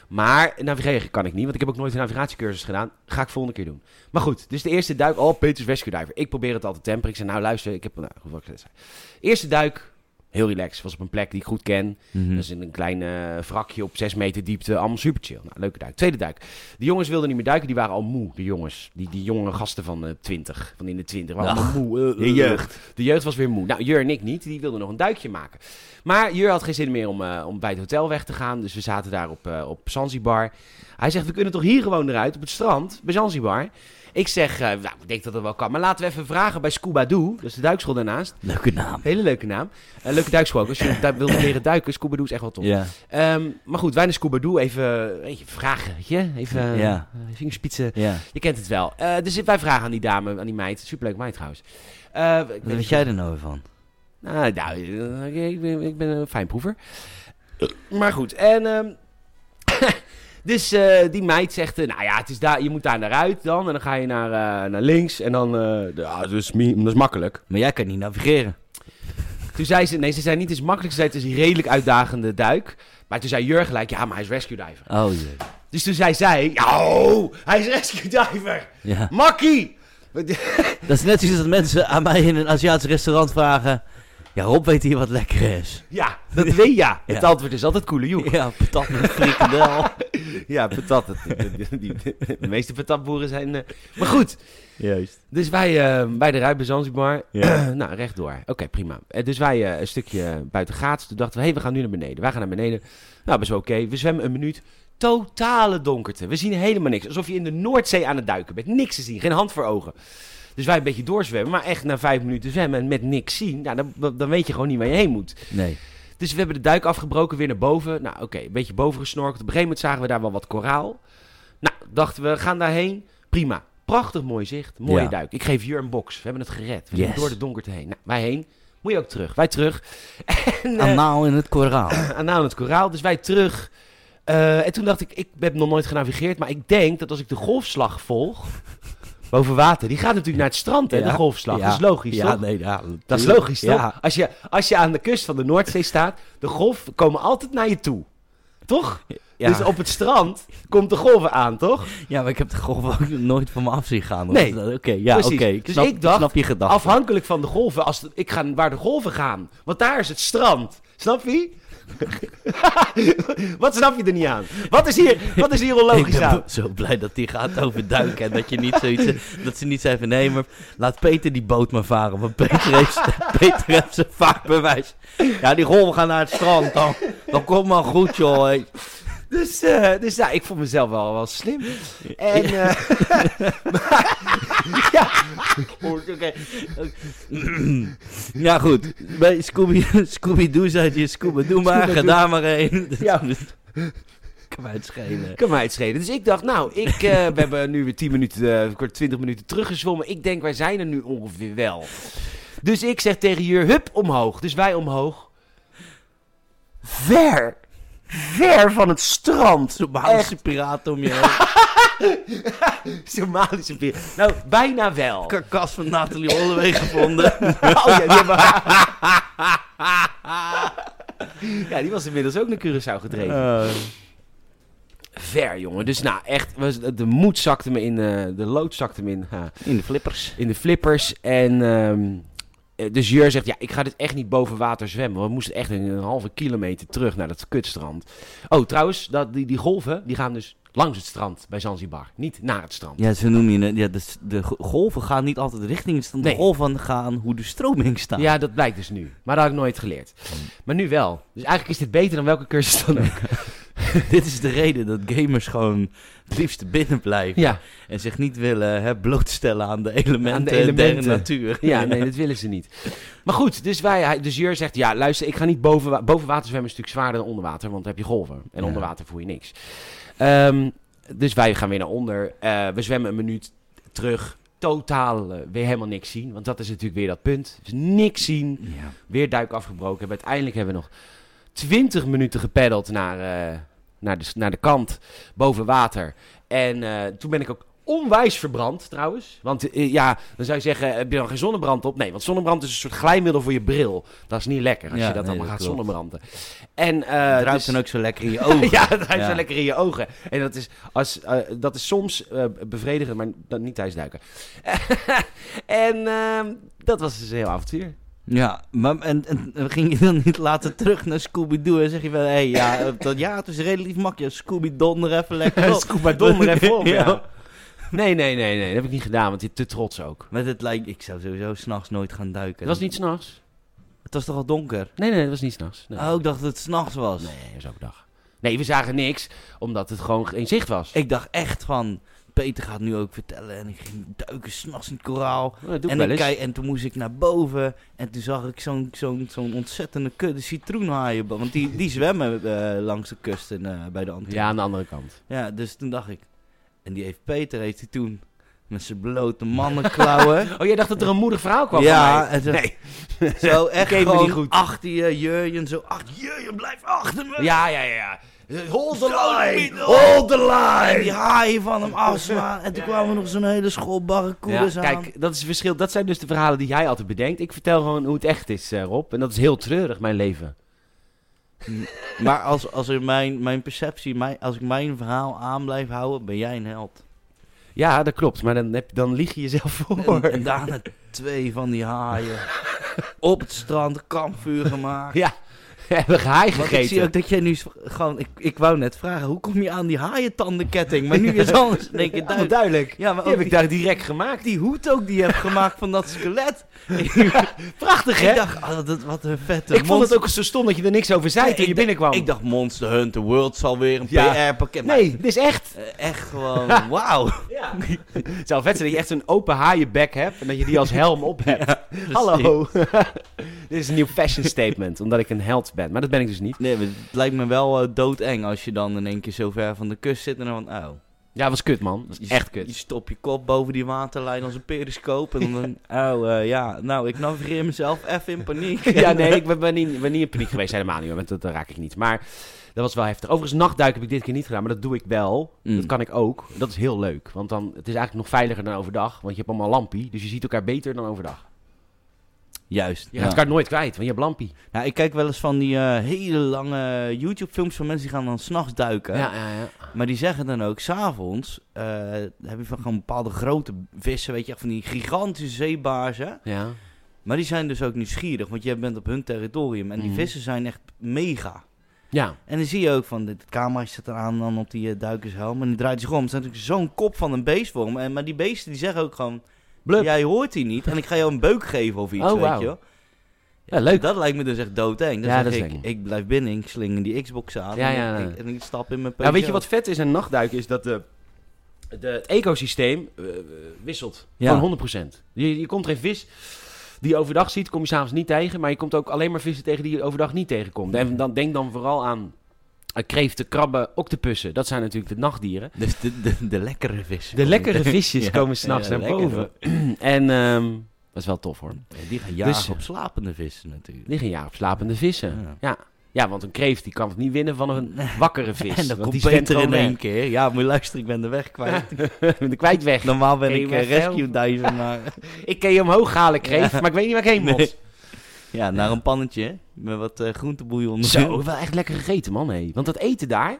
Speaker 1: Maar navigeren kan ik niet, want ik heb ook nooit een navigatiecursus gedaan. Ga ik volgende keer doen. Maar goed, dus de eerste duik. Oh, Peters Rescue Diver. Ik probeer het altijd te temperen. Ik zei, nou luister, ik heb... Nou, goed, wat ik net zei. Eerste duik, heel relaxed. Was op een plek die ik goed ken.
Speaker 2: Mhm.
Speaker 1: Dat is in een klein eh, wrakje op 6 meter diepte. Allemaal super chill. Nou, leuke duik. Tweede duik. De jongens wilden niet meer duiken. Die waren al moe. De jongens. Die, die jonge gasten van eh 20. Van in de 20. Waren allemaal moe. Eh, eh,
Speaker 2: de jeugd.
Speaker 1: eh. De jeugd was weer moe. Nou, Jur en ik niet. Die wilden nog een duikje maken. Maar Jur had geen zin meer om, eh, om bij het hotel weg te gaan. Dus we zaten daar op, eh, op Zanzibar. Hij zegt, we kunnen toch hier gewoon eruit. Op het strand. Bij Zanzibar. Ik zeg, eh, nou, ik denk dat dat wel kan. Maar laten we even vragen bij Scuba Doo. Dat is de duikschool daarnaast.
Speaker 2: Leuke naam.
Speaker 1: Hele leuke naam. Eh, leuke duikschool ook. Als je du- wilt leren duiken, Scuba Doo is echt wel tof.
Speaker 2: Ja,
Speaker 1: Ehm, maar goed, wij naar Scuba Doo even, weet je, vragen, weet je? Even eh,
Speaker 2: Ja.
Speaker 1: eh, vingerspitsen.
Speaker 2: ja.
Speaker 1: Je kent het wel. Eh, dus wij vragen aan die dame, aan die meid. Superleuke meid trouwens. Eh, ik weet
Speaker 2: Wat
Speaker 1: niet-
Speaker 2: weet jij er nou weer van?
Speaker 1: Nou, nou, eh, ik, ben, ik ben een fijnproever. Maar goed, en... ehm, dus eh, die meid zegt, eh, nou ja, het is daar, je moet daar naar uit dan. En dan ga je naar, eh, naar links. En dan, eh, ja, dat is, mi- dat is makkelijk.
Speaker 2: Maar jij kan niet navigeren.
Speaker 1: Toen zei ze, nee, ze zei niet, het is makkelijk. Ze zei, het is een redelijk uitdagende duik. Maar toen zei Jur gelijk, ja, maar hij is rescue diver.
Speaker 2: Oh jee.
Speaker 1: Dus toen zei zij, ja, oh, hij is rescue diver.
Speaker 2: Ja.
Speaker 1: Makkie!
Speaker 2: Dat is net zoiets dat mensen aan mij in een Aziatisch restaurant vragen... Ja, Rob weet hier wat lekker is.
Speaker 1: Ja, dat weet ja.
Speaker 2: Ja.
Speaker 1: Het antwoord is altijd koele joek.
Speaker 2: Ja, patat met frikandel.
Speaker 1: Ja, patat. de meeste patatboeren zijn... eh, Maar goed,
Speaker 2: Juist.
Speaker 1: dus wij, eh wij eruit bij Zanzibar.
Speaker 2: Ja.
Speaker 1: nou, rechtdoor. Oké, prima. Eh, dus wij eh, een stukje buiten gaats. Toen dachten we, hé, hey, we gaan nu naar beneden. Wij gaan naar beneden. Nou, best wel oké. We zwemmen een minuut. Totale donkerte. We zien helemaal niks. Alsof je in de Noordzee aan het duiken bent. Niks te zien. Geen hand voor ogen. Dus wij een beetje doorzwemmen. Maar echt na vijf minuten zwemmen en met niks zien. Nou, dan, dan weet je gewoon niet waar je heen moet.
Speaker 2: Nee.
Speaker 1: Dus we hebben de duik afgebroken, weer naar boven. Nou, oké, een beetje boven gesnorkeld. Op een gegeven moment zagen we daar wel wat koraal. Nou, dachten we, gaan daarheen. Prima. Prachtig mooi zicht, mooie
Speaker 2: Ja.
Speaker 1: duik. Ik geef Jur een box. We hebben het gered. We zijn
Speaker 2: Yes.
Speaker 1: door de donkerte heen. Nou, wij heen. Moet je ook terug. Wij terug. En, eh,
Speaker 2: Anaal in het koraal.
Speaker 1: aan aan het koraal. Dus wij terug. Eh, en toen dacht ik, ik heb nog nooit genavigeerd. Maar ik denk dat als ik de golfslag volg, boven water. Die gaat natuurlijk naar het strand, hè, de
Speaker 2: Ja.
Speaker 1: golfslag.
Speaker 2: Ja.
Speaker 1: Dat is logisch,
Speaker 2: Ja,
Speaker 1: toch?
Speaker 2: nee, ja,
Speaker 1: Dat is
Speaker 2: tuurlijk.
Speaker 1: logisch, toch?
Speaker 2: Ja.
Speaker 1: Als, je, als je aan de kust van de Noordzee staat, de golven komen altijd naar je toe. Toch?
Speaker 2: Ja.
Speaker 1: Dus op het strand komt de golven aan, toch?
Speaker 2: Ja, maar ik heb de golf ook nooit van me af zien gaan. hoor.
Speaker 1: Nee.
Speaker 2: Dat- Oké, ja, oké.
Speaker 1: Precies.
Speaker 2: Ik,
Speaker 1: Dus
Speaker 2: snap-
Speaker 1: ik dacht,
Speaker 2: snap je gedachte.
Speaker 1: Afhankelijk van de golven. Als de- ik ga waar de golven gaan. Want daar is het strand. Snap je? wat snap je er niet aan? Wat is hier, wat is hier
Speaker 2: ik
Speaker 1: onlogisch
Speaker 2: ben
Speaker 1: aan?
Speaker 2: zo blij dat die gaat over duiken en dat, je niet zoiets, dat ze niet zijn van nee, maar laat Peter die boot maar varen. Want Peter heeft, Peter heeft zijn vaarbewijs. Ja, die golven gaan naar het strand dan. Dan komt maar goed, joh. Hey.
Speaker 1: Dus, eh, dus ja, ik vond mezelf wel, wel slim. En, eh, maar- ja.
Speaker 2: Ja, goed. Bij Scooby, Scooby-Doo zei je Scooby-Doo maar, ga daar maar heen.
Speaker 1: Ja.
Speaker 2: Kan mij het schelen.
Speaker 1: Kan mij het schelen. Dus ik dacht, nou, ik, eh, we hebben nu weer 10 minuten, eh, kort 20 minuten teruggezwommen. Ik denk, wij zijn er nu ongeveer wel. Dus ik zeg tegen Jur, hup, omhoog. Dus wij omhoog. Ver.
Speaker 3: ver van het strand.
Speaker 2: Somalische piraten om je heen.
Speaker 1: Somalische bier. Nou, bijna wel.
Speaker 2: Karkas van Nathalie Holloway gevonden.
Speaker 1: Oh, ja, die hebben- ja, die was inmiddels ook naar Curaçao gedreven.
Speaker 2: Eh,
Speaker 1: Ver, jongen. Dus nou, echt, was, de moed zakte me in, eh, de lood zakte me in, eh, ha,
Speaker 2: in de flippers.
Speaker 1: in de flippers. En ehm, eh, dus Jur zegt, ja, ik ga dit echt niet boven water zwemmen. want We moesten echt een, een halve kilometer terug naar dat kutstrand. Oh, trouwens, dat, die, die golven, die gaan dus langs het strand bij Zanzibar. Niet naar het strand.
Speaker 2: Ja, ze noemen je. Ja, de, de go- golven gaan niet altijd richting het strand.
Speaker 1: Nee.
Speaker 2: De golven gaan hoe de stroming staat.
Speaker 1: Ja, dat blijkt dus nu. Maar dat had ik nooit geleerd. Maar nu wel. Dus eigenlijk is dit beter dan welke cursus dan ook.
Speaker 2: Dit is de reden dat gamers gewoon het liefst binnen blijven.
Speaker 1: Ja,
Speaker 2: En zich niet willen hè, blootstellen aan de elementen,
Speaker 1: Aan de elementen.
Speaker 2: der natuur.
Speaker 1: ja nee, dat willen ze niet. Maar goed, dus wij, hij- dus Jur zegt, ja, luister, ik ga niet boven, wa- boven water zwemmen. is natuurlijk zwaarder dan onder water, want dan heb je golven. En
Speaker 2: Ja.
Speaker 1: onder water voel je niks. Ehm, dus wij gaan weer naar onder. Eh, we zwemmen een minuut terug. Totaal eh, weer helemaal niks zien. Want dat is natuurlijk weer dat punt. Dus niks zien.
Speaker 2: Ja.
Speaker 1: Weer duik afgebroken. Uiteindelijk hebben we nog 20 minuten gepeddeld naar, eh, naar, de, naar de kant boven water. En eh, toen ben ik ook onwijs verbrand trouwens. Want eh, ja, dan zou je zeggen, heb je dan geen zonnebrand op? Nee, want zonnebrand is een soort glijmiddel voor je bril. Dat is niet lekker als
Speaker 2: Ja,
Speaker 1: je dat
Speaker 2: nee,
Speaker 1: allemaal
Speaker 2: dat
Speaker 1: gaat
Speaker 2: klopt.
Speaker 1: zonnebranden. En, eh,
Speaker 2: het ruikt
Speaker 1: dus-
Speaker 2: dan ook zo lekker in je ogen.
Speaker 1: ja, het ruikt zo
Speaker 2: Ja.
Speaker 1: lekker in je ogen. En dat is, als, eh, dat is soms eh, bevredigend, maar dan niet thuis duiken. en ehm, dat was dus een heel avontuur.
Speaker 2: Ja, maar en, en ging je dan niet later terug naar Scooby-Doo en zeg je van, hé, hey, ja, eh, dat, ja, het is relatief makkelijk. Scooby donder even lekker op.
Speaker 1: Scoop maar donder even op, ja.
Speaker 2: Ja.
Speaker 1: Nee, nee, nee, nee. Dat heb ik niet gedaan, want je bent te trots ook.
Speaker 2: Maar het lijkt, ik zou sowieso s'nachts nooit gaan duiken.
Speaker 1: Het was niet s'nachts.
Speaker 2: Het was toch al donker?
Speaker 1: Nee, nee, het was niet s'nachts. Nee.
Speaker 2: Oh, ik dacht dat het s'nachts was.
Speaker 1: nee, dat is ook dag. Nee, we zagen niks, omdat het gewoon in zicht was.
Speaker 2: Ik dacht echt van, Peter gaat nu ook vertellen. En ik ging duiken s'nachts in het koraal.
Speaker 1: Nou, dat doe ik
Speaker 2: En,
Speaker 1: wel
Speaker 2: ik
Speaker 1: eens.
Speaker 2: kei- en toen moest ik naar boven en toen zag ik zo'n zo'n zo'n ontzettende kudde citroenhaaien. bo- Want die, die zwemmen eh, langs de kust en, eh, bij de Antillen.
Speaker 1: Ja, aan de andere kant.
Speaker 2: Ja, dus toen dacht ik. En die heeft Peter, heeft hij toen met zijn blote mannenklauwen.
Speaker 1: Oh, jij dacht dat er een moedig verhaal kwam
Speaker 2: Ja,
Speaker 1: van mij?
Speaker 2: en zo-
Speaker 1: nee.
Speaker 2: zo echt
Speaker 1: ken me
Speaker 2: gewoon
Speaker 1: niet goed.
Speaker 2: achter je, Jurjen. Zo achter Jurjen, blijf achter me.
Speaker 1: Ja, ja, ja. ja. Hold the line!
Speaker 2: hold the line. En die haaien van hem afslaan. En toen kwamen nog zo'n hele school
Speaker 1: Ja,
Speaker 2: barracudas aan.
Speaker 1: kijk, dat is het verschil. Dat zijn dus de verhalen die jij altijd bedenkt. Ik vertel gewoon hoe het echt is, eh, Rob. En dat is heel treurig, mijn leven.
Speaker 2: Maar als, als er mijn, mijn perceptie, mijn, als ik mijn verhaal aan blijf houden, ben jij een held.
Speaker 1: Ja, dat klopt. Maar dan, heb, dan lieg je jezelf voor.
Speaker 2: En, en daarna twee van die haaien. Op het strand, een kampvuur gemaakt.
Speaker 1: Ja, hebben haai
Speaker 2: Want ik zie
Speaker 1: gegeten.
Speaker 2: ook dat jij nu s- gewoon... Ik, ik wou net vragen, hoe kom je aan die haaientandenketting? Maar nu is alles in één keer
Speaker 1: Allemaal
Speaker 2: duidelijk.
Speaker 1: duidelijk.
Speaker 2: Ja, maar
Speaker 1: Die heb
Speaker 2: ook
Speaker 1: ik
Speaker 2: die,
Speaker 1: daar direct gemaakt.
Speaker 2: die hoed ook die je hebt gemaakt van dat skelet.
Speaker 1: Prachtig, hè?
Speaker 2: ik dacht, ah, dat, wat een vette
Speaker 1: Ik vond
Speaker 2: monster.
Speaker 1: het ook zo stom dat je er niks over zei
Speaker 2: Nee,
Speaker 1: toen
Speaker 2: ik
Speaker 1: je
Speaker 2: dacht-
Speaker 1: binnenkwam.
Speaker 2: Ik dacht, Monster Hunter World zal weer een
Speaker 1: Ja.
Speaker 2: PR-pakket
Speaker 1: nee, dit is echt.
Speaker 2: maar, eh, Echt gewoon, wauw.
Speaker 1: Ja. Het zou vet zijn dat je echt zo'n open haaienbek hebt en dat je die als helm op hebt. Hallo. dit is een nieuw fashion statement, omdat ik een held ben. Maar dat ben ik dus niet.
Speaker 2: Nee, maar het lijkt me wel eh, doodeng als je dan in één keer zo ver van de kust zit en dan van, oh.
Speaker 1: Ja, was kut, man. Was
Speaker 2: Je-
Speaker 1: echt
Speaker 2: Je
Speaker 1: kut.
Speaker 2: stopt je kop boven die waterlijn als een periscoop en dan, oh eh, ja, nou ik navigeer mezelf even in paniek.
Speaker 1: Ja, nee, ik ben, ben niet, ben niet in paniek geweest. Helemaal niet, want dat, dat raak ik niet. Maar dat was wel heftig. Overigens, nachtduik heb ik dit keer niet gedaan, maar dat doe ik wel.
Speaker 2: Mm.
Speaker 1: Dat kan ik ook. Dat is heel leuk, want dan, het is eigenlijk nog veiliger dan overdag. Want je hebt allemaal lampie, dus je ziet elkaar beter dan overdag.
Speaker 2: Juist.
Speaker 1: Je gaat elkaar nooit kwijt, want je hebt lampie.
Speaker 2: Nou, ik kijk wel eens van die eh, hele lange YouTube-films van mensen die gaan dan s'nachts duiken.
Speaker 1: Ja, ja, ja.
Speaker 2: Maar die zeggen dan ook, s'avonds eh heb je van gewoon bepaalde grote vissen, weet je, echt van die gigantische zeebaarzen.
Speaker 1: ja.
Speaker 2: Maar die zijn dus ook nieuwsgierig, want jij bent op hun territorium en die
Speaker 1: Mhm.
Speaker 2: vissen zijn echt mega.
Speaker 1: Ja,
Speaker 2: En dan zie je ook van, dit camera zit eraan dan op die eh, duikershelm en die draait zich om. Er staat natuurlijk zo'n kop van een beest voor hem. En, maar die beesten die zeggen ook gewoon,
Speaker 1: Blup.
Speaker 2: jij hoort die niet en ik ga jou een beuk geven of iets,
Speaker 1: Oh,
Speaker 2: weet
Speaker 1: wauw.
Speaker 2: je wel.
Speaker 1: Ja, leuk.
Speaker 2: Dat lijkt me dus echt doodeng. Dan
Speaker 1: Ja,
Speaker 2: zeg
Speaker 1: dat is
Speaker 2: ik,
Speaker 1: eng.
Speaker 2: ik blijf binnen, ik slinger die Xbox aan
Speaker 1: Ja,
Speaker 2: en,
Speaker 1: ja,
Speaker 2: ik-
Speaker 1: ja.
Speaker 2: Ik, en ik stap in mijn
Speaker 1: Nou, weet je
Speaker 2: Peugeot.
Speaker 1: wat vet is aan nachtduiken? Is dat de, de, het ecosysteem eh, wisselt.
Speaker 2: Ja.
Speaker 1: Gewoon 100%. Je, je komt geen vis die je overdag ziet, kom je s'avonds niet tegen. Maar je komt ook alleen maar vissen tegen die je overdag niet tegenkomt. En dan, denk dan vooral aan eh, kreeften, krabben, octopussen. Dat zijn natuurlijk de nachtdieren.
Speaker 2: Dus de, de, de lekkere vissen.
Speaker 1: De lekkere visjes
Speaker 2: Ja,
Speaker 1: komen s'nachts
Speaker 2: ja,
Speaker 1: naar
Speaker 2: lekker,
Speaker 1: boven. en ehm, dat is wel tof hoor.
Speaker 2: Ja, die gaan jagen
Speaker 1: Dus-
Speaker 2: op slapende vissen natuurlijk.
Speaker 1: Die gaan jagen op slapende vissen.
Speaker 2: Ja.
Speaker 1: Ja. Ja, want een kreeft die kan het niet winnen van een
Speaker 2: Nee.
Speaker 1: wakkere vis.
Speaker 2: En dan
Speaker 1: want die
Speaker 2: komt
Speaker 1: zwemt
Speaker 2: Peter in
Speaker 1: gewoon
Speaker 2: één keer. Ja, moet je luisteren, ik ben de weg kwijt.
Speaker 1: weg. de kwijt weg.
Speaker 2: Normaal ben
Speaker 1: Kun je
Speaker 2: ik
Speaker 1: me
Speaker 2: eh,
Speaker 1: even
Speaker 2: rescue diver, maar...
Speaker 1: Ik ken je omhoog halen, kreeft, maar ik weet niet waar ik heen
Speaker 2: Nee.
Speaker 1: moet.
Speaker 2: Ja, naar een pannetje hè, met wat eh, groentebouillon.
Speaker 1: Zo, wel echt lekker gegeten, man. Hé. Want dat eten daar,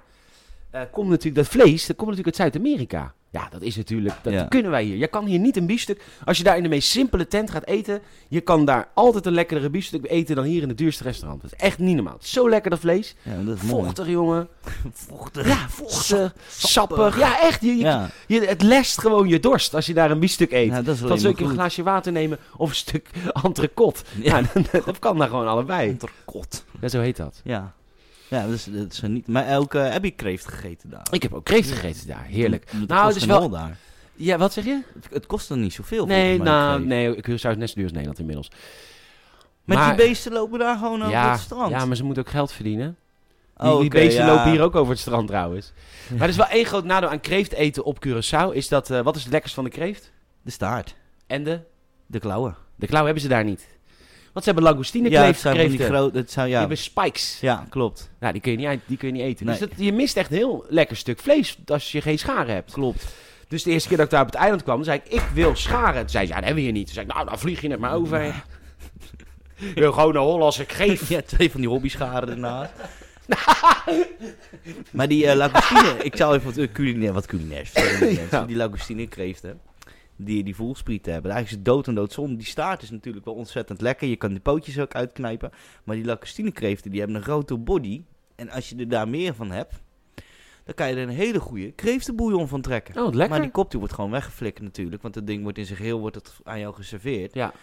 Speaker 1: eh, komt natuurlijk, dat vlees, dat komt natuurlijk uit Zuid-Amerika. Ja, dat is natuurlijk, dat
Speaker 2: Ja.
Speaker 1: kunnen wij hier. Je kan hier niet een biefstuk, als je daar in de meest simpele tent gaat eten, je kan daar altijd een lekkere biefstuk eten dan hier in het duurste restaurant. Dat is echt niet normaal. Het is Zo lekker dat vlees.
Speaker 2: Ja, dat is mooi.
Speaker 1: Vochtig, jongen.
Speaker 2: Vochtig.
Speaker 1: Ja, vochtig, sappig. Ja, echt. Je, je-
Speaker 2: Ja,
Speaker 1: je- het lest gewoon je dorst als je daar een biefstuk eet.
Speaker 2: ja, dat is
Speaker 1: dan zou
Speaker 2: wel helemaal
Speaker 1: ik een
Speaker 2: goed.
Speaker 1: glaasje water nemen of een stuk entrecôte.
Speaker 2: Ja,
Speaker 1: Ja, dat kan daar gewoon allebei.
Speaker 2: Enterkot.
Speaker 1: Ja, zo heet dat.
Speaker 2: Ja. Ja, dat is, dat is niet... Maar elke heb je kreeft gegeten daar.
Speaker 1: Ik heb ook kreeft gegeten daar, heerlijk.
Speaker 2: Dat
Speaker 1: Nou,
Speaker 2: kost
Speaker 1: het is
Speaker 2: een
Speaker 1: wel-
Speaker 2: hol daar.
Speaker 1: Ja, wat zeg je?
Speaker 2: Het, het kost dan niet zoveel,
Speaker 1: Nee,
Speaker 2: volgens mij,
Speaker 1: nou,
Speaker 2: kreeft.
Speaker 1: nee, Curaçao is net zo duur als Nederland inmiddels.
Speaker 2: Maar,
Speaker 1: Maar-
Speaker 2: die beesten lopen daar gewoon over het strand.
Speaker 1: ja, maar ze moeten ook geld verdienen. Die,
Speaker 2: Oh,
Speaker 1: die
Speaker 2: oké,
Speaker 1: beesten
Speaker 2: ja.
Speaker 1: lopen hier ook over het strand trouwens. Maar er is wel één groot nadeel aan kreeft eten op Curaçao. Is dat, eh, wat is het lekkerst van de kreeft?
Speaker 2: De staart.
Speaker 1: En de,
Speaker 2: De klauwen.
Speaker 1: de klauw hebben ze daar niet. Want ze hebben langoustine
Speaker 2: ja, het
Speaker 1: kreeft,
Speaker 2: zijn van die
Speaker 1: kreeften. Die,
Speaker 2: grote... het zijn- Ja,
Speaker 1: hebben spikes.
Speaker 2: ja, klopt.
Speaker 1: Nou, die kun je niet, uit- die kun je niet eten. Dus
Speaker 2: Nee.
Speaker 1: dat, je mist echt een heel lekker stuk vlees als je geen scharen hebt.
Speaker 2: Klopt.
Speaker 1: Dus de eerste keer dat ik daar op het eiland kwam, zei ik, ik wil scharen. Toen zei ze, ja, dat hebben we hier niet. Toen zei ik, nou, dan vlieg je het maar over. Ik wil gewoon naar Holland als ik geef.
Speaker 2: Ja, twee van die hobbyscharen ernaast. maar die eh, langoustine, ik zal even wat eh, culinair, wat culinairs vertellen aan de mensen. Die langoustine kreeften, die die voelsprieten hebben. Eigenlijk is het dood en dood zonde. Die staart is natuurlijk wel ontzettend lekker. Je kan de pootjes ook uitknijpen. Maar die langoustine kreeften, die hebben een grote body. En als je er daar meer van hebt, dan kan je er een hele goede kreeftenbouillon van trekken.
Speaker 1: Oh, wat lekker.
Speaker 2: Maar die kop die wordt gewoon weggeflikkerd natuurlijk. Want dat ding wordt in zijn geheel wordt het aan jou geserveerd.
Speaker 1: Ja.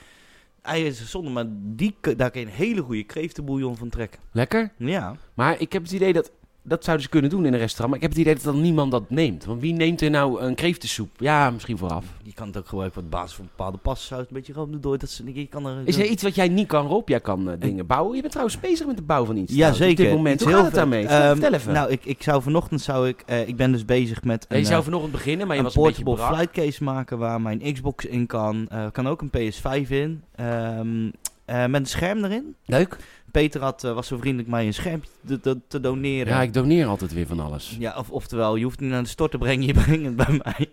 Speaker 2: Eieren is zonde, maar die, kun- daar kun je een hele goede kreeftenbouillon van trekken.
Speaker 1: Lekker.
Speaker 2: Ja.
Speaker 1: Maar ik heb het idee dat, dat zouden ze kunnen doen in een restaurant. Maar ik heb het idee dat dan niemand dat neemt. Want wie neemt er nou een kreeftensoep? Ja, misschien vooraf.
Speaker 2: Je kan het ook gebruiken op basis van bepaalde passaus. Een beetje room door. Dat ze, je kan er,
Speaker 1: Is er iets wat jij niet kan, Rob? Jij kan eh, dingen bouwen. Je bent trouwens bezig met de bouw van iets.
Speaker 2: Ja,
Speaker 1: trouwens,
Speaker 2: zeker.
Speaker 1: Op dit moment.
Speaker 2: Iets
Speaker 1: Hoe
Speaker 2: heel
Speaker 1: gaat het
Speaker 2: vet.
Speaker 1: daarmee?
Speaker 2: Ehm,
Speaker 1: Vertel even.
Speaker 2: Nou, ik, ik zou vanochtend zou ik... eh, ik ben dus bezig met
Speaker 1: Ja, je
Speaker 2: een,
Speaker 1: zou
Speaker 2: eh,
Speaker 1: vanochtend beginnen, maar je
Speaker 2: een
Speaker 1: was een beetje
Speaker 2: portable
Speaker 1: brak.
Speaker 2: flightcase maken waar mijn Xbox in kan. Eh, kan ook een PS5 in. Ehm, eh, met een scherm erin.
Speaker 1: Leuk.
Speaker 2: Peter had, eh, was zo vriendelijk mij een schermpje te, te, te doneren.
Speaker 1: Ja, ik doneer altijd weer van alles.
Speaker 2: Ja, of, oftewel, je hoeft niet naar de stort te brengen, je brengt het bij mij.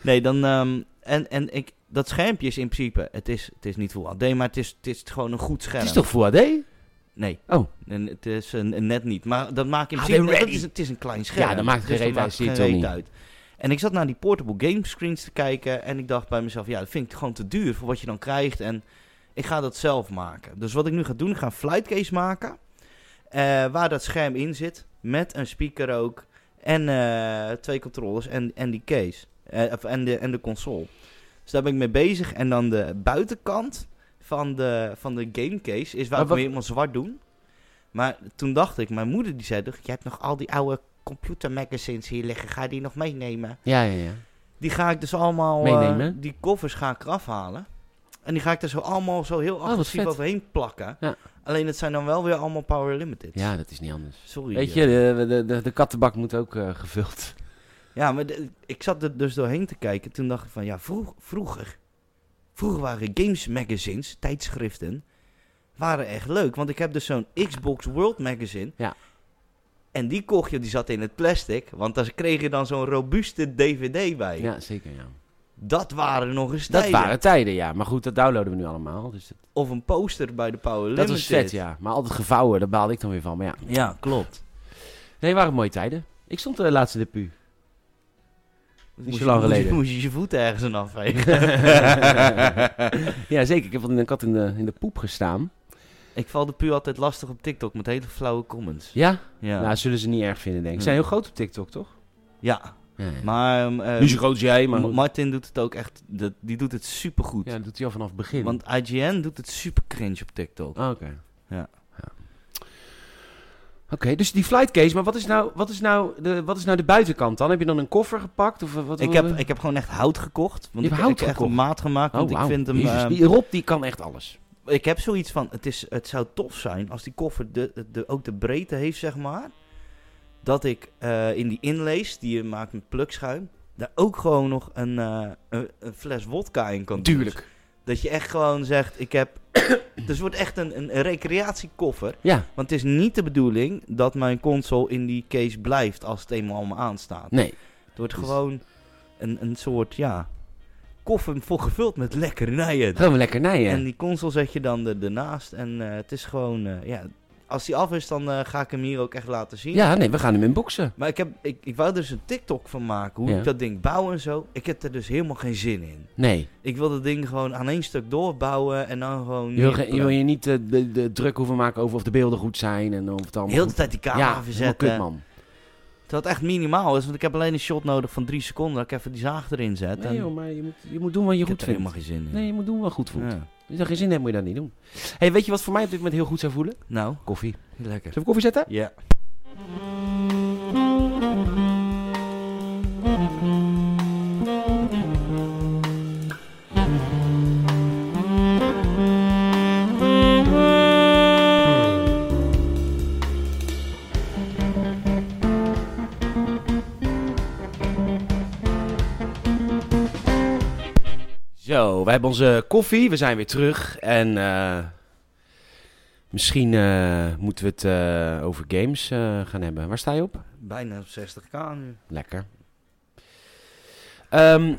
Speaker 2: Nee, dan... ehm, en en ik, dat schermpje is in principe... Het is, het is niet Full HD, maar het is, het is gewoon een goed scherm.
Speaker 1: Het is toch Full HD?
Speaker 2: Nee.
Speaker 1: Oh.
Speaker 2: En het is een, een net niet. Maar dat maakt in
Speaker 1: HD
Speaker 2: principe... dat
Speaker 1: ready.
Speaker 2: is, het is een klein scherm.
Speaker 1: Ah,
Speaker 2: Dus
Speaker 1: Ja, dat maakt geen reet uit, zie je
Speaker 2: geen
Speaker 1: het toch
Speaker 2: reet
Speaker 1: niet.
Speaker 2: uit. En ik zat naar die portable game screens te kijken. En ik dacht bij mezelf, ja, dat vind ik gewoon te duur voor wat je dan krijgt. En ik ga dat zelf maken. Dus wat ik nu ga doen, ik ga een flightcase maken. eh, waar dat scherm in zit. Met een speaker ook. En eh, twee controllers en, en die case. Eh, of- en, de, en de console. Dus daar ben ik mee bezig. En dan de buitenkant van de, van de gamecase is waar
Speaker 1: Maar wat-
Speaker 2: ik hem helemaal zwart doen. Maar toen dacht ik, mijn moeder die zei, toch, je hebt nog al die oude computermagazines hier liggen. Ga die nog meenemen?
Speaker 1: Ja, ja, ja.
Speaker 2: Die ga ik dus allemaal... eh,
Speaker 1: Meenemen?
Speaker 2: die koffers ga ik eraf halen. En die ga ik er zo allemaal zo heel
Speaker 1: Oh, wat
Speaker 2: agressief
Speaker 1: vet.
Speaker 2: overheen plakken.
Speaker 1: Ja.
Speaker 2: Alleen het zijn dan wel weer allemaal Power Limited.
Speaker 1: Ja, dat is niet anders.
Speaker 2: Sorry.
Speaker 1: Weet
Speaker 2: eh.
Speaker 1: je, de, de, de, de kattenbak moet ook eh, gevuld.
Speaker 2: Ja, maar de- ik zat er dus doorheen te kijken. Toen dacht ik van, ja, vroeg, vroeger... Vroeger waren games magazines, tijdschriften... waren echt leuk. Want ik heb dus zo'n Xbox World magazine.
Speaker 1: Ja.
Speaker 2: En die kocht je, die zat in het plastic. Want daar kreeg je dan zo'n robuuste DVD bij.
Speaker 1: Ja, zeker. Ja.
Speaker 2: Dat waren nog eens
Speaker 1: Dat
Speaker 2: tijden.
Speaker 1: waren tijden, ja. Maar goed, dat downloaden we nu allemaal. Dus dat,
Speaker 2: Of een poster bij de
Speaker 1: dat
Speaker 2: Power Limited.
Speaker 1: was vet, ja. Maar altijd gevouwen, daar baalde ik dan weer van. Maar ja,
Speaker 2: Ja, klopt.
Speaker 1: nee, waren mooie tijden. Ik stond de laatste de pu.
Speaker 2: Moest
Speaker 1: zo lang
Speaker 2: je- moest je-
Speaker 1: geleden.
Speaker 2: Moest je je voeten ergens aan afvegen.
Speaker 1: ja, zeker. Ik heb van een kat in de, in de poep gestaan.
Speaker 2: ik val de puur altijd lastig op TikTok met hele flauwe comments.
Speaker 1: Ja?
Speaker 2: Ja.
Speaker 1: Nou, zullen ze niet erg vinden, denk ik. Ze zijn
Speaker 2: Ja.
Speaker 1: heel groot op TikTok, toch?
Speaker 2: ja.
Speaker 1: Ja, ja.
Speaker 2: Maar... ehm, eh,
Speaker 1: Niet zo groot als jij, maar...
Speaker 2: Ma-
Speaker 1: goed.
Speaker 2: Martin doet het ook echt, dat- die doet het supergoed.
Speaker 1: Ja, dat doet hij al vanaf het begin.
Speaker 2: Want IGN doet het super cringe op TikTok.
Speaker 1: Ah, Oké.
Speaker 2: Ja.
Speaker 1: Oké, dus die flightcase, maar wat is, nou, wat, is nou de, wat is nou de buitenkant dan? Heb je dan een koffer gepakt? Of eh, wat,
Speaker 2: Ik heb, ik heb gewoon echt hout gekocht. Want
Speaker 1: Je hebt
Speaker 2: ik,
Speaker 1: hout
Speaker 2: ik heb echt
Speaker 1: gekocht?
Speaker 2: een maat gemaakt. Want
Speaker 1: oh, wauw.
Speaker 2: ik vind hem.
Speaker 1: Jezus,
Speaker 2: ehm,
Speaker 1: die Rob die kan echt alles.
Speaker 2: ik heb zoiets van. Het, is, het zou tof zijn als die koffer de, de, ook de breedte heeft, zeg maar. Dat ik eh, in die inlays die je maakt met plukschuim. daar ook gewoon nog een, eh, een, een fles wodka in kan doen.
Speaker 1: Tuurlijk.
Speaker 2: Dat je echt gewoon zegt: ik heb Dus het wordt echt een, een recreatiekoffer.
Speaker 1: Ja,
Speaker 2: Want het is niet de bedoeling dat mijn console in die case blijft als het eenmaal allemaal aanstaat.
Speaker 1: nee.
Speaker 2: Het wordt
Speaker 1: Dus-
Speaker 2: gewoon een, een soort, ja, koffer vol gevuld met lekkernijen.
Speaker 1: Gewoon lekkernijen.
Speaker 2: En die console zet je dan er- ernaast. En eh, het is gewoon, eh, ja, als die af is, dan eh, ga ik hem hier ook echt laten zien.
Speaker 1: Ja, nee, we gaan hem inboxen.
Speaker 2: Maar ik, heb, ik, ik wou dus een TikTok van maken, hoe
Speaker 1: Ja.
Speaker 2: ik dat ding bouw en zo. Ik heb er dus helemaal geen zin in.
Speaker 1: Nee,
Speaker 2: Ik wil dat ding gewoon aan één stuk doorbouwen en dan gewoon...
Speaker 1: je wil, ge-
Speaker 2: neerplakken.
Speaker 1: je, wil je niet eh, de, de druk hoeven maken over of de beelden goed zijn en of het allemaal
Speaker 2: Heel de
Speaker 1: goed-
Speaker 2: tijd die camera
Speaker 1: ja, helemaal
Speaker 2: verzetten.
Speaker 1: kut, man.
Speaker 2: Terwijl het echt minimaal is, want ik heb alleen een shot nodig van drie seconden dat ik even die zaag erin zet. en
Speaker 1: Nee joh, maar je moet, je moet doen wat je
Speaker 2: ik heb
Speaker 1: goed
Speaker 2: er
Speaker 1: vindt.
Speaker 2: helemaal geen zin in.
Speaker 1: Nee, je moet doen wat goed voelt.
Speaker 2: Ja.
Speaker 1: Als je er geen zin in hebt, moet je dat niet doen. hey, weet je wat voor mij op dit moment heel goed zou voelen?
Speaker 2: Nou,
Speaker 1: Koffie.
Speaker 2: lekker.
Speaker 1: Zullen we koffie zetten?
Speaker 2: Ja.
Speaker 1: Zo, we hebben onze koffie. We zijn weer terug. En eh, misschien eh, moeten we het eh, over games eh, gaan hebben. Waar sta je op?
Speaker 2: Bijna op 60k nu.
Speaker 1: Lekker. Ehm,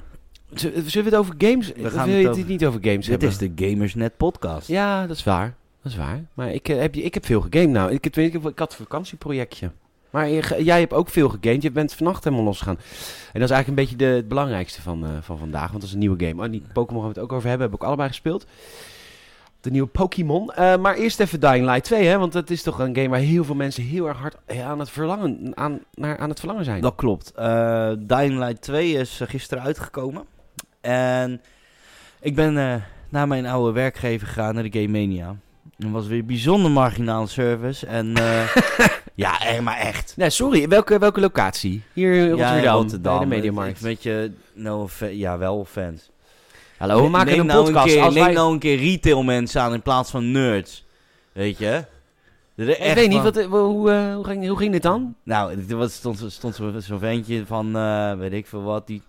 Speaker 1: z- zullen we het over games?
Speaker 2: We
Speaker 1: We
Speaker 2: gaan
Speaker 1: gaan wil je
Speaker 2: het
Speaker 1: het
Speaker 2: over-
Speaker 1: niet over games
Speaker 2: Dit
Speaker 1: hebben?
Speaker 2: is de Gamersnet podcast.
Speaker 1: Ja, dat is waar. Dat is waar. Maar ik, eh, heb, je- ik heb veel gegamed nou. Ik, heb- ik, heb- ik had een vakantieprojectje. Maar je ge- jij hebt ook veel gegamed. Je bent vannacht helemaal losgegaan. En dat is eigenlijk een beetje de, het belangrijkste van, eh, van vandaag. Want dat is een nieuwe game. Oh, die Pokémon gaan we het ook over hebben. Heb ik allebei gespeeld. De nieuwe Pokémon. Eh, maar eerst even Dying Light 2, hè. Want dat is toch een game waar heel veel mensen heel erg hard eh, aan het verlangen, aan, naar, aan het verlangen zijn.
Speaker 2: Dat klopt. Eh Dying Light 2 is eh, gisteren uitgekomen. En ik ben eh, naar mijn oude werkgever gegaan, naar de Game Mania. Dat was weer bijzonder marginaal service. En eh, ja, eh, maar echt.
Speaker 1: Nee, sorry. Welke, welke locatie? Hier in Rotterdam.
Speaker 2: ja, in
Speaker 1: bij de
Speaker 2: Het-
Speaker 1: Mediamarkt.
Speaker 2: Weet je, no offe- ja, wel fans.
Speaker 1: Hallo, Nou, we maken een podcast.
Speaker 2: keer,
Speaker 1: als
Speaker 2: neem
Speaker 1: wij...
Speaker 2: nou een keer retail mensen aan in plaats van nerds. Weet je? Dat is
Speaker 1: Ik
Speaker 2: echt
Speaker 1: weet niet,
Speaker 2: van-
Speaker 1: wat, eh, hoe, eh, hoe, ging, hoe ging dit dan?
Speaker 2: Nou, er was- stond, zo- stond zo- zo'n ventje van, eh, weet ik veel wat, die,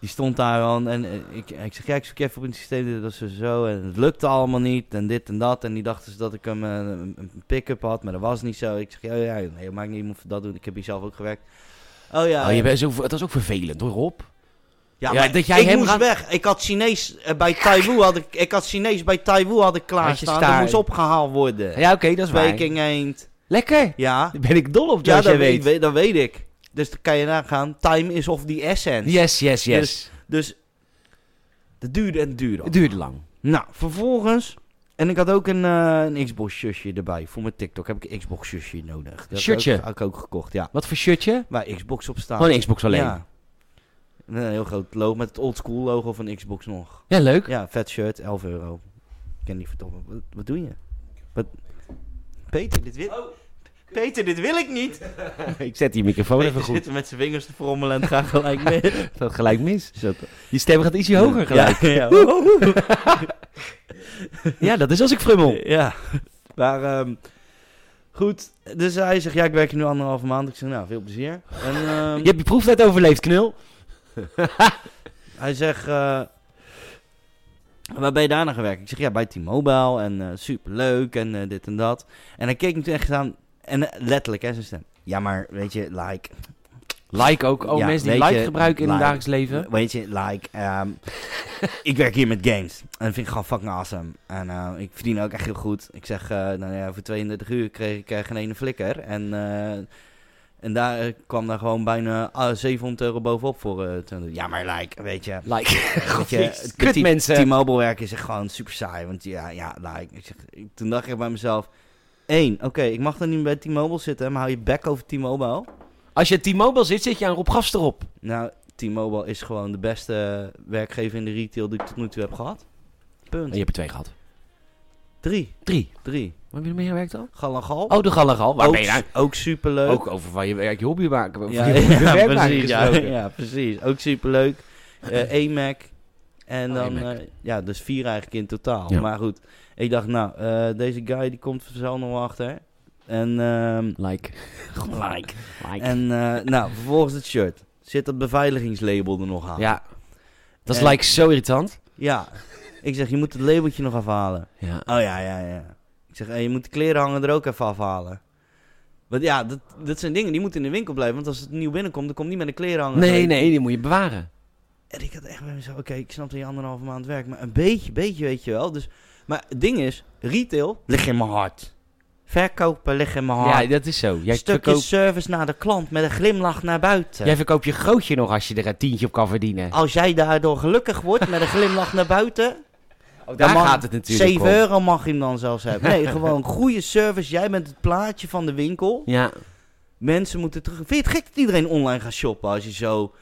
Speaker 2: die stond daar aan. En eh, ik, ik zeg, kijk, zoek je even op het systeem, dit, dat zo, zo. En het lukte allemaal niet, en dit en dat. En die dachten ze dat ik hem, eh, een, een pick-up had, maar dat was niet zo. Ik zeg, ja, ja, ja, nee, maakt niet, je moet dat doen. Ik heb hier zelf ook gewerkt. Oh ja,
Speaker 1: Oh, je
Speaker 2: ja.
Speaker 1: bent zo, dat is ook vervelend hoor, Rob.
Speaker 2: ja,
Speaker 1: ja,
Speaker 2: maar
Speaker 1: dat jij
Speaker 2: ik
Speaker 1: hem
Speaker 2: moest
Speaker 1: gaat-
Speaker 2: weg. Ik had Chinees eh, bij Taiwan had ik, ik had Chinees bij Taiwan had ik klaarstaan.
Speaker 1: staart.
Speaker 2: Dat moest opgehaald worden.
Speaker 1: Ja, oké, dat is waar.
Speaker 2: Peking eend.
Speaker 1: Lekker.
Speaker 2: Ja.
Speaker 1: Daar ben ik dol op,
Speaker 2: Ja,
Speaker 1: zoals
Speaker 2: dat
Speaker 1: jij weet.
Speaker 2: weet, weet- dat weet ik. Dus dan kan je nagaan. Time is of the essence.
Speaker 1: Yes, yes, yes.
Speaker 2: Dus dat duurde en duurde. al.
Speaker 1: Het duurde lang.
Speaker 2: Nou, vervolgens... En ik had ook een, eh, een Xbox-shirtje erbij. Voor mijn TikTok heb ik een Xbox-shirtje nodig. Dat had ik
Speaker 1: Shirtje?
Speaker 2: ook- Had ik ook gekocht, ja.
Speaker 1: Wat voor shirtje?
Speaker 2: Waar Xbox op staat.
Speaker 1: Gewoon een Xbox alleen. Ja,
Speaker 2: Ja. Met Een heel groot logo. Met het oldschool logo van Xbox nog.
Speaker 1: leuk.
Speaker 2: Ja, vet shirt, 11 euro. Ik ken die verdomme. Wat, wat doe je? Wat? Peter, dit wil... Peter, dit wil ik niet!
Speaker 1: ik zet die microfoon
Speaker 2: Peter
Speaker 1: even goed.
Speaker 2: zit met zijn vingers te frommelen en gaat gelijk mee.
Speaker 1: Dat gelijk mis. Je stem gaat ietsje hoger gelijk.
Speaker 2: Ja, ja.
Speaker 1: Ja, dat is als ik frummel.
Speaker 2: Ja. Maar ehm, goed, dus hij zegt, ja, ik werk hier nu anderhalve maand. Ik zeg, nou, veel plezier. En ehm,
Speaker 1: Je hebt je proeftijd overleefd, knul.
Speaker 2: hij zegt, eh, waar ben je daarna gewerkt? Ik zeg, ja, bij T-Mobile en eh, superleuk en eh, dit en dat. En hij keek me toen echt aan, en eh, letterlijk, hè, zijn stem. Ja, maar weet je, like,
Speaker 1: Like ook. Oh,
Speaker 2: Ja,
Speaker 1: mensen die
Speaker 2: weet
Speaker 1: like
Speaker 2: je,
Speaker 1: gebruiken in
Speaker 2: like.
Speaker 1: het dagelijks leven.
Speaker 2: weet je, like, ehm, ik werk hier met games. En dat vind ik gewoon fucking awesome. En eh, ik verdien ook echt heel goed. Ik zeg, eh, nou ja, voor 32 uur kreeg ik eh, geen ene flikker. En, eh, en daar eh, kwam daar gewoon bijna ah, 700 euro bovenop voor. eh, 200. ja, maar like, weet je.
Speaker 1: Like.
Speaker 2: Weet je,
Speaker 1: Jezus,
Speaker 2: het-
Speaker 1: kut
Speaker 2: T-
Speaker 1: mensen.
Speaker 2: T-Mobile werken is echt gewoon super saai. Want ja, ja, like. Ik zeg, ik- toen dacht ik bij mezelf... één, oké, ik mag dan niet bij T-Mobile zitten, maar hou je bek over T-Mobile.
Speaker 1: Als je T-Mobile zit, zit je aan Rob Gaster op.
Speaker 2: Nou, T-Mobile is gewoon de beste werkgever in de retail die ik tot nu toe heb gehad.
Speaker 1: En
Speaker 2: Punt.
Speaker 1: je hebt er twee gehad.
Speaker 2: Drie.
Speaker 1: Drie.
Speaker 2: Drie.
Speaker 1: Waar heb je nog meer gewerkt dan?
Speaker 2: Gal en gal.
Speaker 1: Oh, de Galagal. Waar
Speaker 2: ook,
Speaker 1: ben je nou?
Speaker 2: Ook superleuk.
Speaker 1: Ook over van je werk, je hobby maken. over
Speaker 2: ja,
Speaker 1: je
Speaker 2: ja,
Speaker 1: hobby werk maken
Speaker 2: precies, ja,
Speaker 1: gesproken.
Speaker 2: ja, precies. Ook superleuk. Eh AMAC. En
Speaker 1: Oh,
Speaker 2: dan,
Speaker 1: AMAC.
Speaker 2: eh, ja, dus vier eigenlijk in totaal.
Speaker 1: Ja.
Speaker 2: Maar goed, ik dacht, nou, eh, deze guy die komt vanzelf nog wel achter. En, ehm
Speaker 1: Like.
Speaker 2: Like.
Speaker 1: Like.
Speaker 2: en eh, nou, vervolgens het shirt.
Speaker 1: Eh,
Speaker 2: Zit dat beveiligingslabel er nog aan?
Speaker 1: ja. Dat is
Speaker 2: En-
Speaker 1: like zo irritant.
Speaker 2: Ja. Ik zeg, je moet het labeltje nog afhalen.
Speaker 1: Ja.
Speaker 2: Oh ja, ja, ja. Ik zeg, hey, je moet de kleren hangen er ook even afhalen. Want ja, dat, dat zijn dingen die moeten in de winkel blijven. Want als het nieuw binnenkomt, dan komt niet met een kleren hangen.
Speaker 1: Nee, nee, die moet je bewaren.
Speaker 2: En ik had echt bij mezelf, oké, ik snap dat je anderhalve maand werkt, maar een beetje, beetje weet je wel. Dus, maar het ding is, retail ligt in mijn hart. Verkopen ligt in mijn hart.
Speaker 1: Ja, dat is zo. Jij
Speaker 2: Stukjes
Speaker 1: verkoopt,
Speaker 2: service naar de klant met een glimlach naar buiten.
Speaker 1: jij verkoopt je grootje nog als je er een tientje op kan verdienen.
Speaker 2: Als jij daardoor gelukkig wordt met een glimlach naar buiten,
Speaker 1: Oh, daar
Speaker 2: man,
Speaker 1: gaat het natuurlijk
Speaker 2: 7
Speaker 1: om.
Speaker 2: euro mag je hem dan zelfs hebben. Nee, gewoon goede service. Jij bent het plaatje van de winkel.
Speaker 1: Ja,
Speaker 2: Mensen moeten terug. Vind je het gek dat iedereen online gaat shoppen als je zo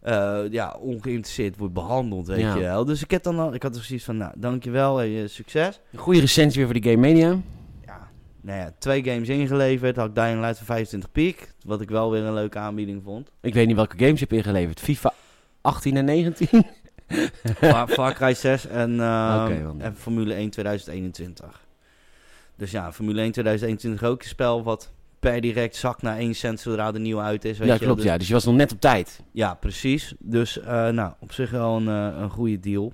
Speaker 2: eh, ja, ongeïnteresseerd wordt behandeld, weet
Speaker 1: Ja.
Speaker 2: je wel? Dus ik, heb dan al, ik had er zoiets van, nou, dankjewel en je succes.
Speaker 1: een goede recensie weer voor de Game Mania.
Speaker 2: Ja, nou ja, twee games ingeleverd. Had ik Dying Light voor 25 piek, wat ik wel weer een leuke aanbieding vond.
Speaker 1: Ik weet niet welke games je hebt ingeleverd. FIFA 18 en 19?
Speaker 2: Maar Far Cry 6 en, ehm,
Speaker 1: Oké, want-
Speaker 2: en Formule 1 2021. Dus ja, Formule 1 2021 ook een spel wat per direct zakt naar 1 cent zodra de nieuw uit is, weet
Speaker 1: ja,
Speaker 2: je wel.
Speaker 1: klopt.
Speaker 2: Dus
Speaker 1: Ja, dus je was nog net op tijd.
Speaker 2: Ja, precies. Dus eh, nou, op zich wel een, eh, een goede deal.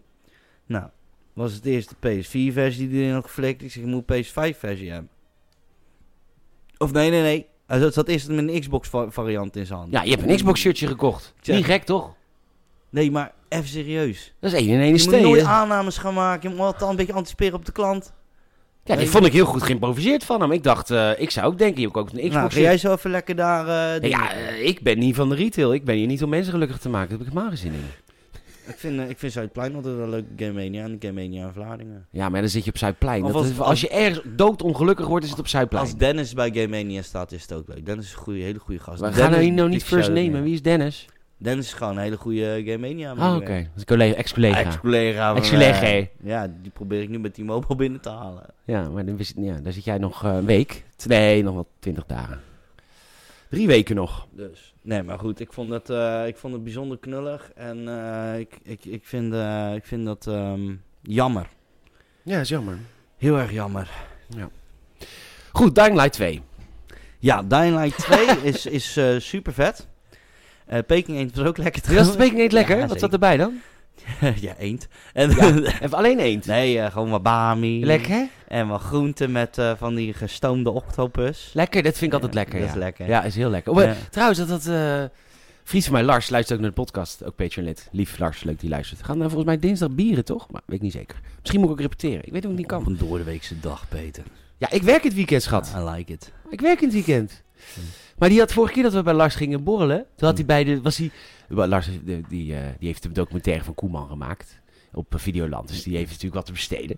Speaker 2: Nou, was het eerst de PS4-versie die erin had geflikt. Ik zeg, ik moet PS5-versie hebben. Of nee, nee, nee. Eh, Hij zat- zat eerst met een Xbox-variant in zijn hand.
Speaker 1: Ja, je hebt een Xbox-shirtje gekocht.
Speaker 2: Tja.
Speaker 1: Niet gek, toch?
Speaker 2: Nee, maar even serieus.
Speaker 1: Dat is één in één
Speaker 2: je moet nooit
Speaker 1: steen.
Speaker 2: aannames gaan maken. Je moet altijd een beetje anticiperen op de klant.
Speaker 1: Ja, die vond ik heel goed geïmproviseerd van hem. Ik dacht, eh, ik zou ook denken, je hebt ook een
Speaker 2: nou,
Speaker 1: Xbox
Speaker 2: ga jij zo even lekker daar... eh,
Speaker 1: Nee,
Speaker 2: dingen
Speaker 1: ja,
Speaker 2: doen.
Speaker 1: eh, ik ben niet van de retail. Ik ben hier niet om mensen gelukkig te maken. Daar heb ik helemaal geen zin in.
Speaker 2: ik, vind, eh, ik vind Zuidplein altijd een leuke Game Mania. En de Game Mania in Vlaardingen.
Speaker 1: Ja, maar dan zit je op Zuidplein.
Speaker 2: Of
Speaker 1: Dat
Speaker 2: als-
Speaker 1: is- als, je ergens doodongelukkig wordt, is het op Zuidplein.
Speaker 2: Als Dennis bij Game Mania staat, is het ook leuk. Dennis is een goede, hele goede gast.
Speaker 1: We gaan
Speaker 2: Dennis
Speaker 1: nou hier nou niet
Speaker 2: pikt
Speaker 1: first
Speaker 2: shout-out
Speaker 1: nemen. Wie is Dennis?
Speaker 2: Dennis is gewoon een hele goede Game Mania.
Speaker 1: Ah, oké. Dat is een collega, ex-collega.
Speaker 2: Ex-collega. van,
Speaker 1: Ex-collega.
Speaker 2: eh, Ja, die probeer ik nu met T-Mobile binnen te halen.
Speaker 1: Ja, maar dan, wist- ja, daar zit jij nog eh, een week. Nee, nog wel twintig dagen. Drie weken nog.
Speaker 2: Dus. Nee, maar goed, ik vond het, eh, ik vond het bijzonder knullig. En eh, ik, ik, ik, vind, eh, ik vind dat ehm, jammer.
Speaker 1: Ja, is jammer.
Speaker 2: Heel erg jammer.
Speaker 1: Goed, Dying Light 2.
Speaker 2: Ja, Dying Light 2 is, is eh, super vet. Eh, Peking eend was ook lekker
Speaker 1: Dat was het week niet lekker.
Speaker 2: Ja,
Speaker 1: Wat zat erbij dan?
Speaker 2: zeker. ja, eend. En,
Speaker 1: Even alleen eend.
Speaker 2: nee, eh, gewoon wat bami.
Speaker 1: Lekker?
Speaker 2: En wat groenten met eh, van die gestoomde octopus.
Speaker 1: Lekker, dat vind ik altijd
Speaker 2: Ja,
Speaker 1: lekker.
Speaker 2: dat
Speaker 1: ja.
Speaker 2: is lekker.
Speaker 1: Ja, is heel lekker. Oh, maar
Speaker 2: Ja.
Speaker 1: Trouwens, dat dat... eh, Vriend van mij, Lars, luistert ook naar de podcast. Ook Patreon-lid. Lief Lars, leuk die luistert. Gaan nou volgens mij dinsdag bieren, toch? Maar weet ik niet zeker. Misschien moet ik ook repeteren. Ik weet hoe ik niet
Speaker 2: Op
Speaker 1: Oh, kan.
Speaker 2: een doordeweekse dag, Peter.
Speaker 1: Ja, ik werk het weekend, schat.
Speaker 2: I like it.
Speaker 1: Ik werk in het weekend. Maar die had vorige keer dat we bij Lars gingen borrelen. Toen had hij bij de. Was hij, Wel, Lars eh, die, eh, die heeft de documentaire van Koeman gemaakt. Op eh, Videoland. Dus die heeft natuurlijk wat te besteden.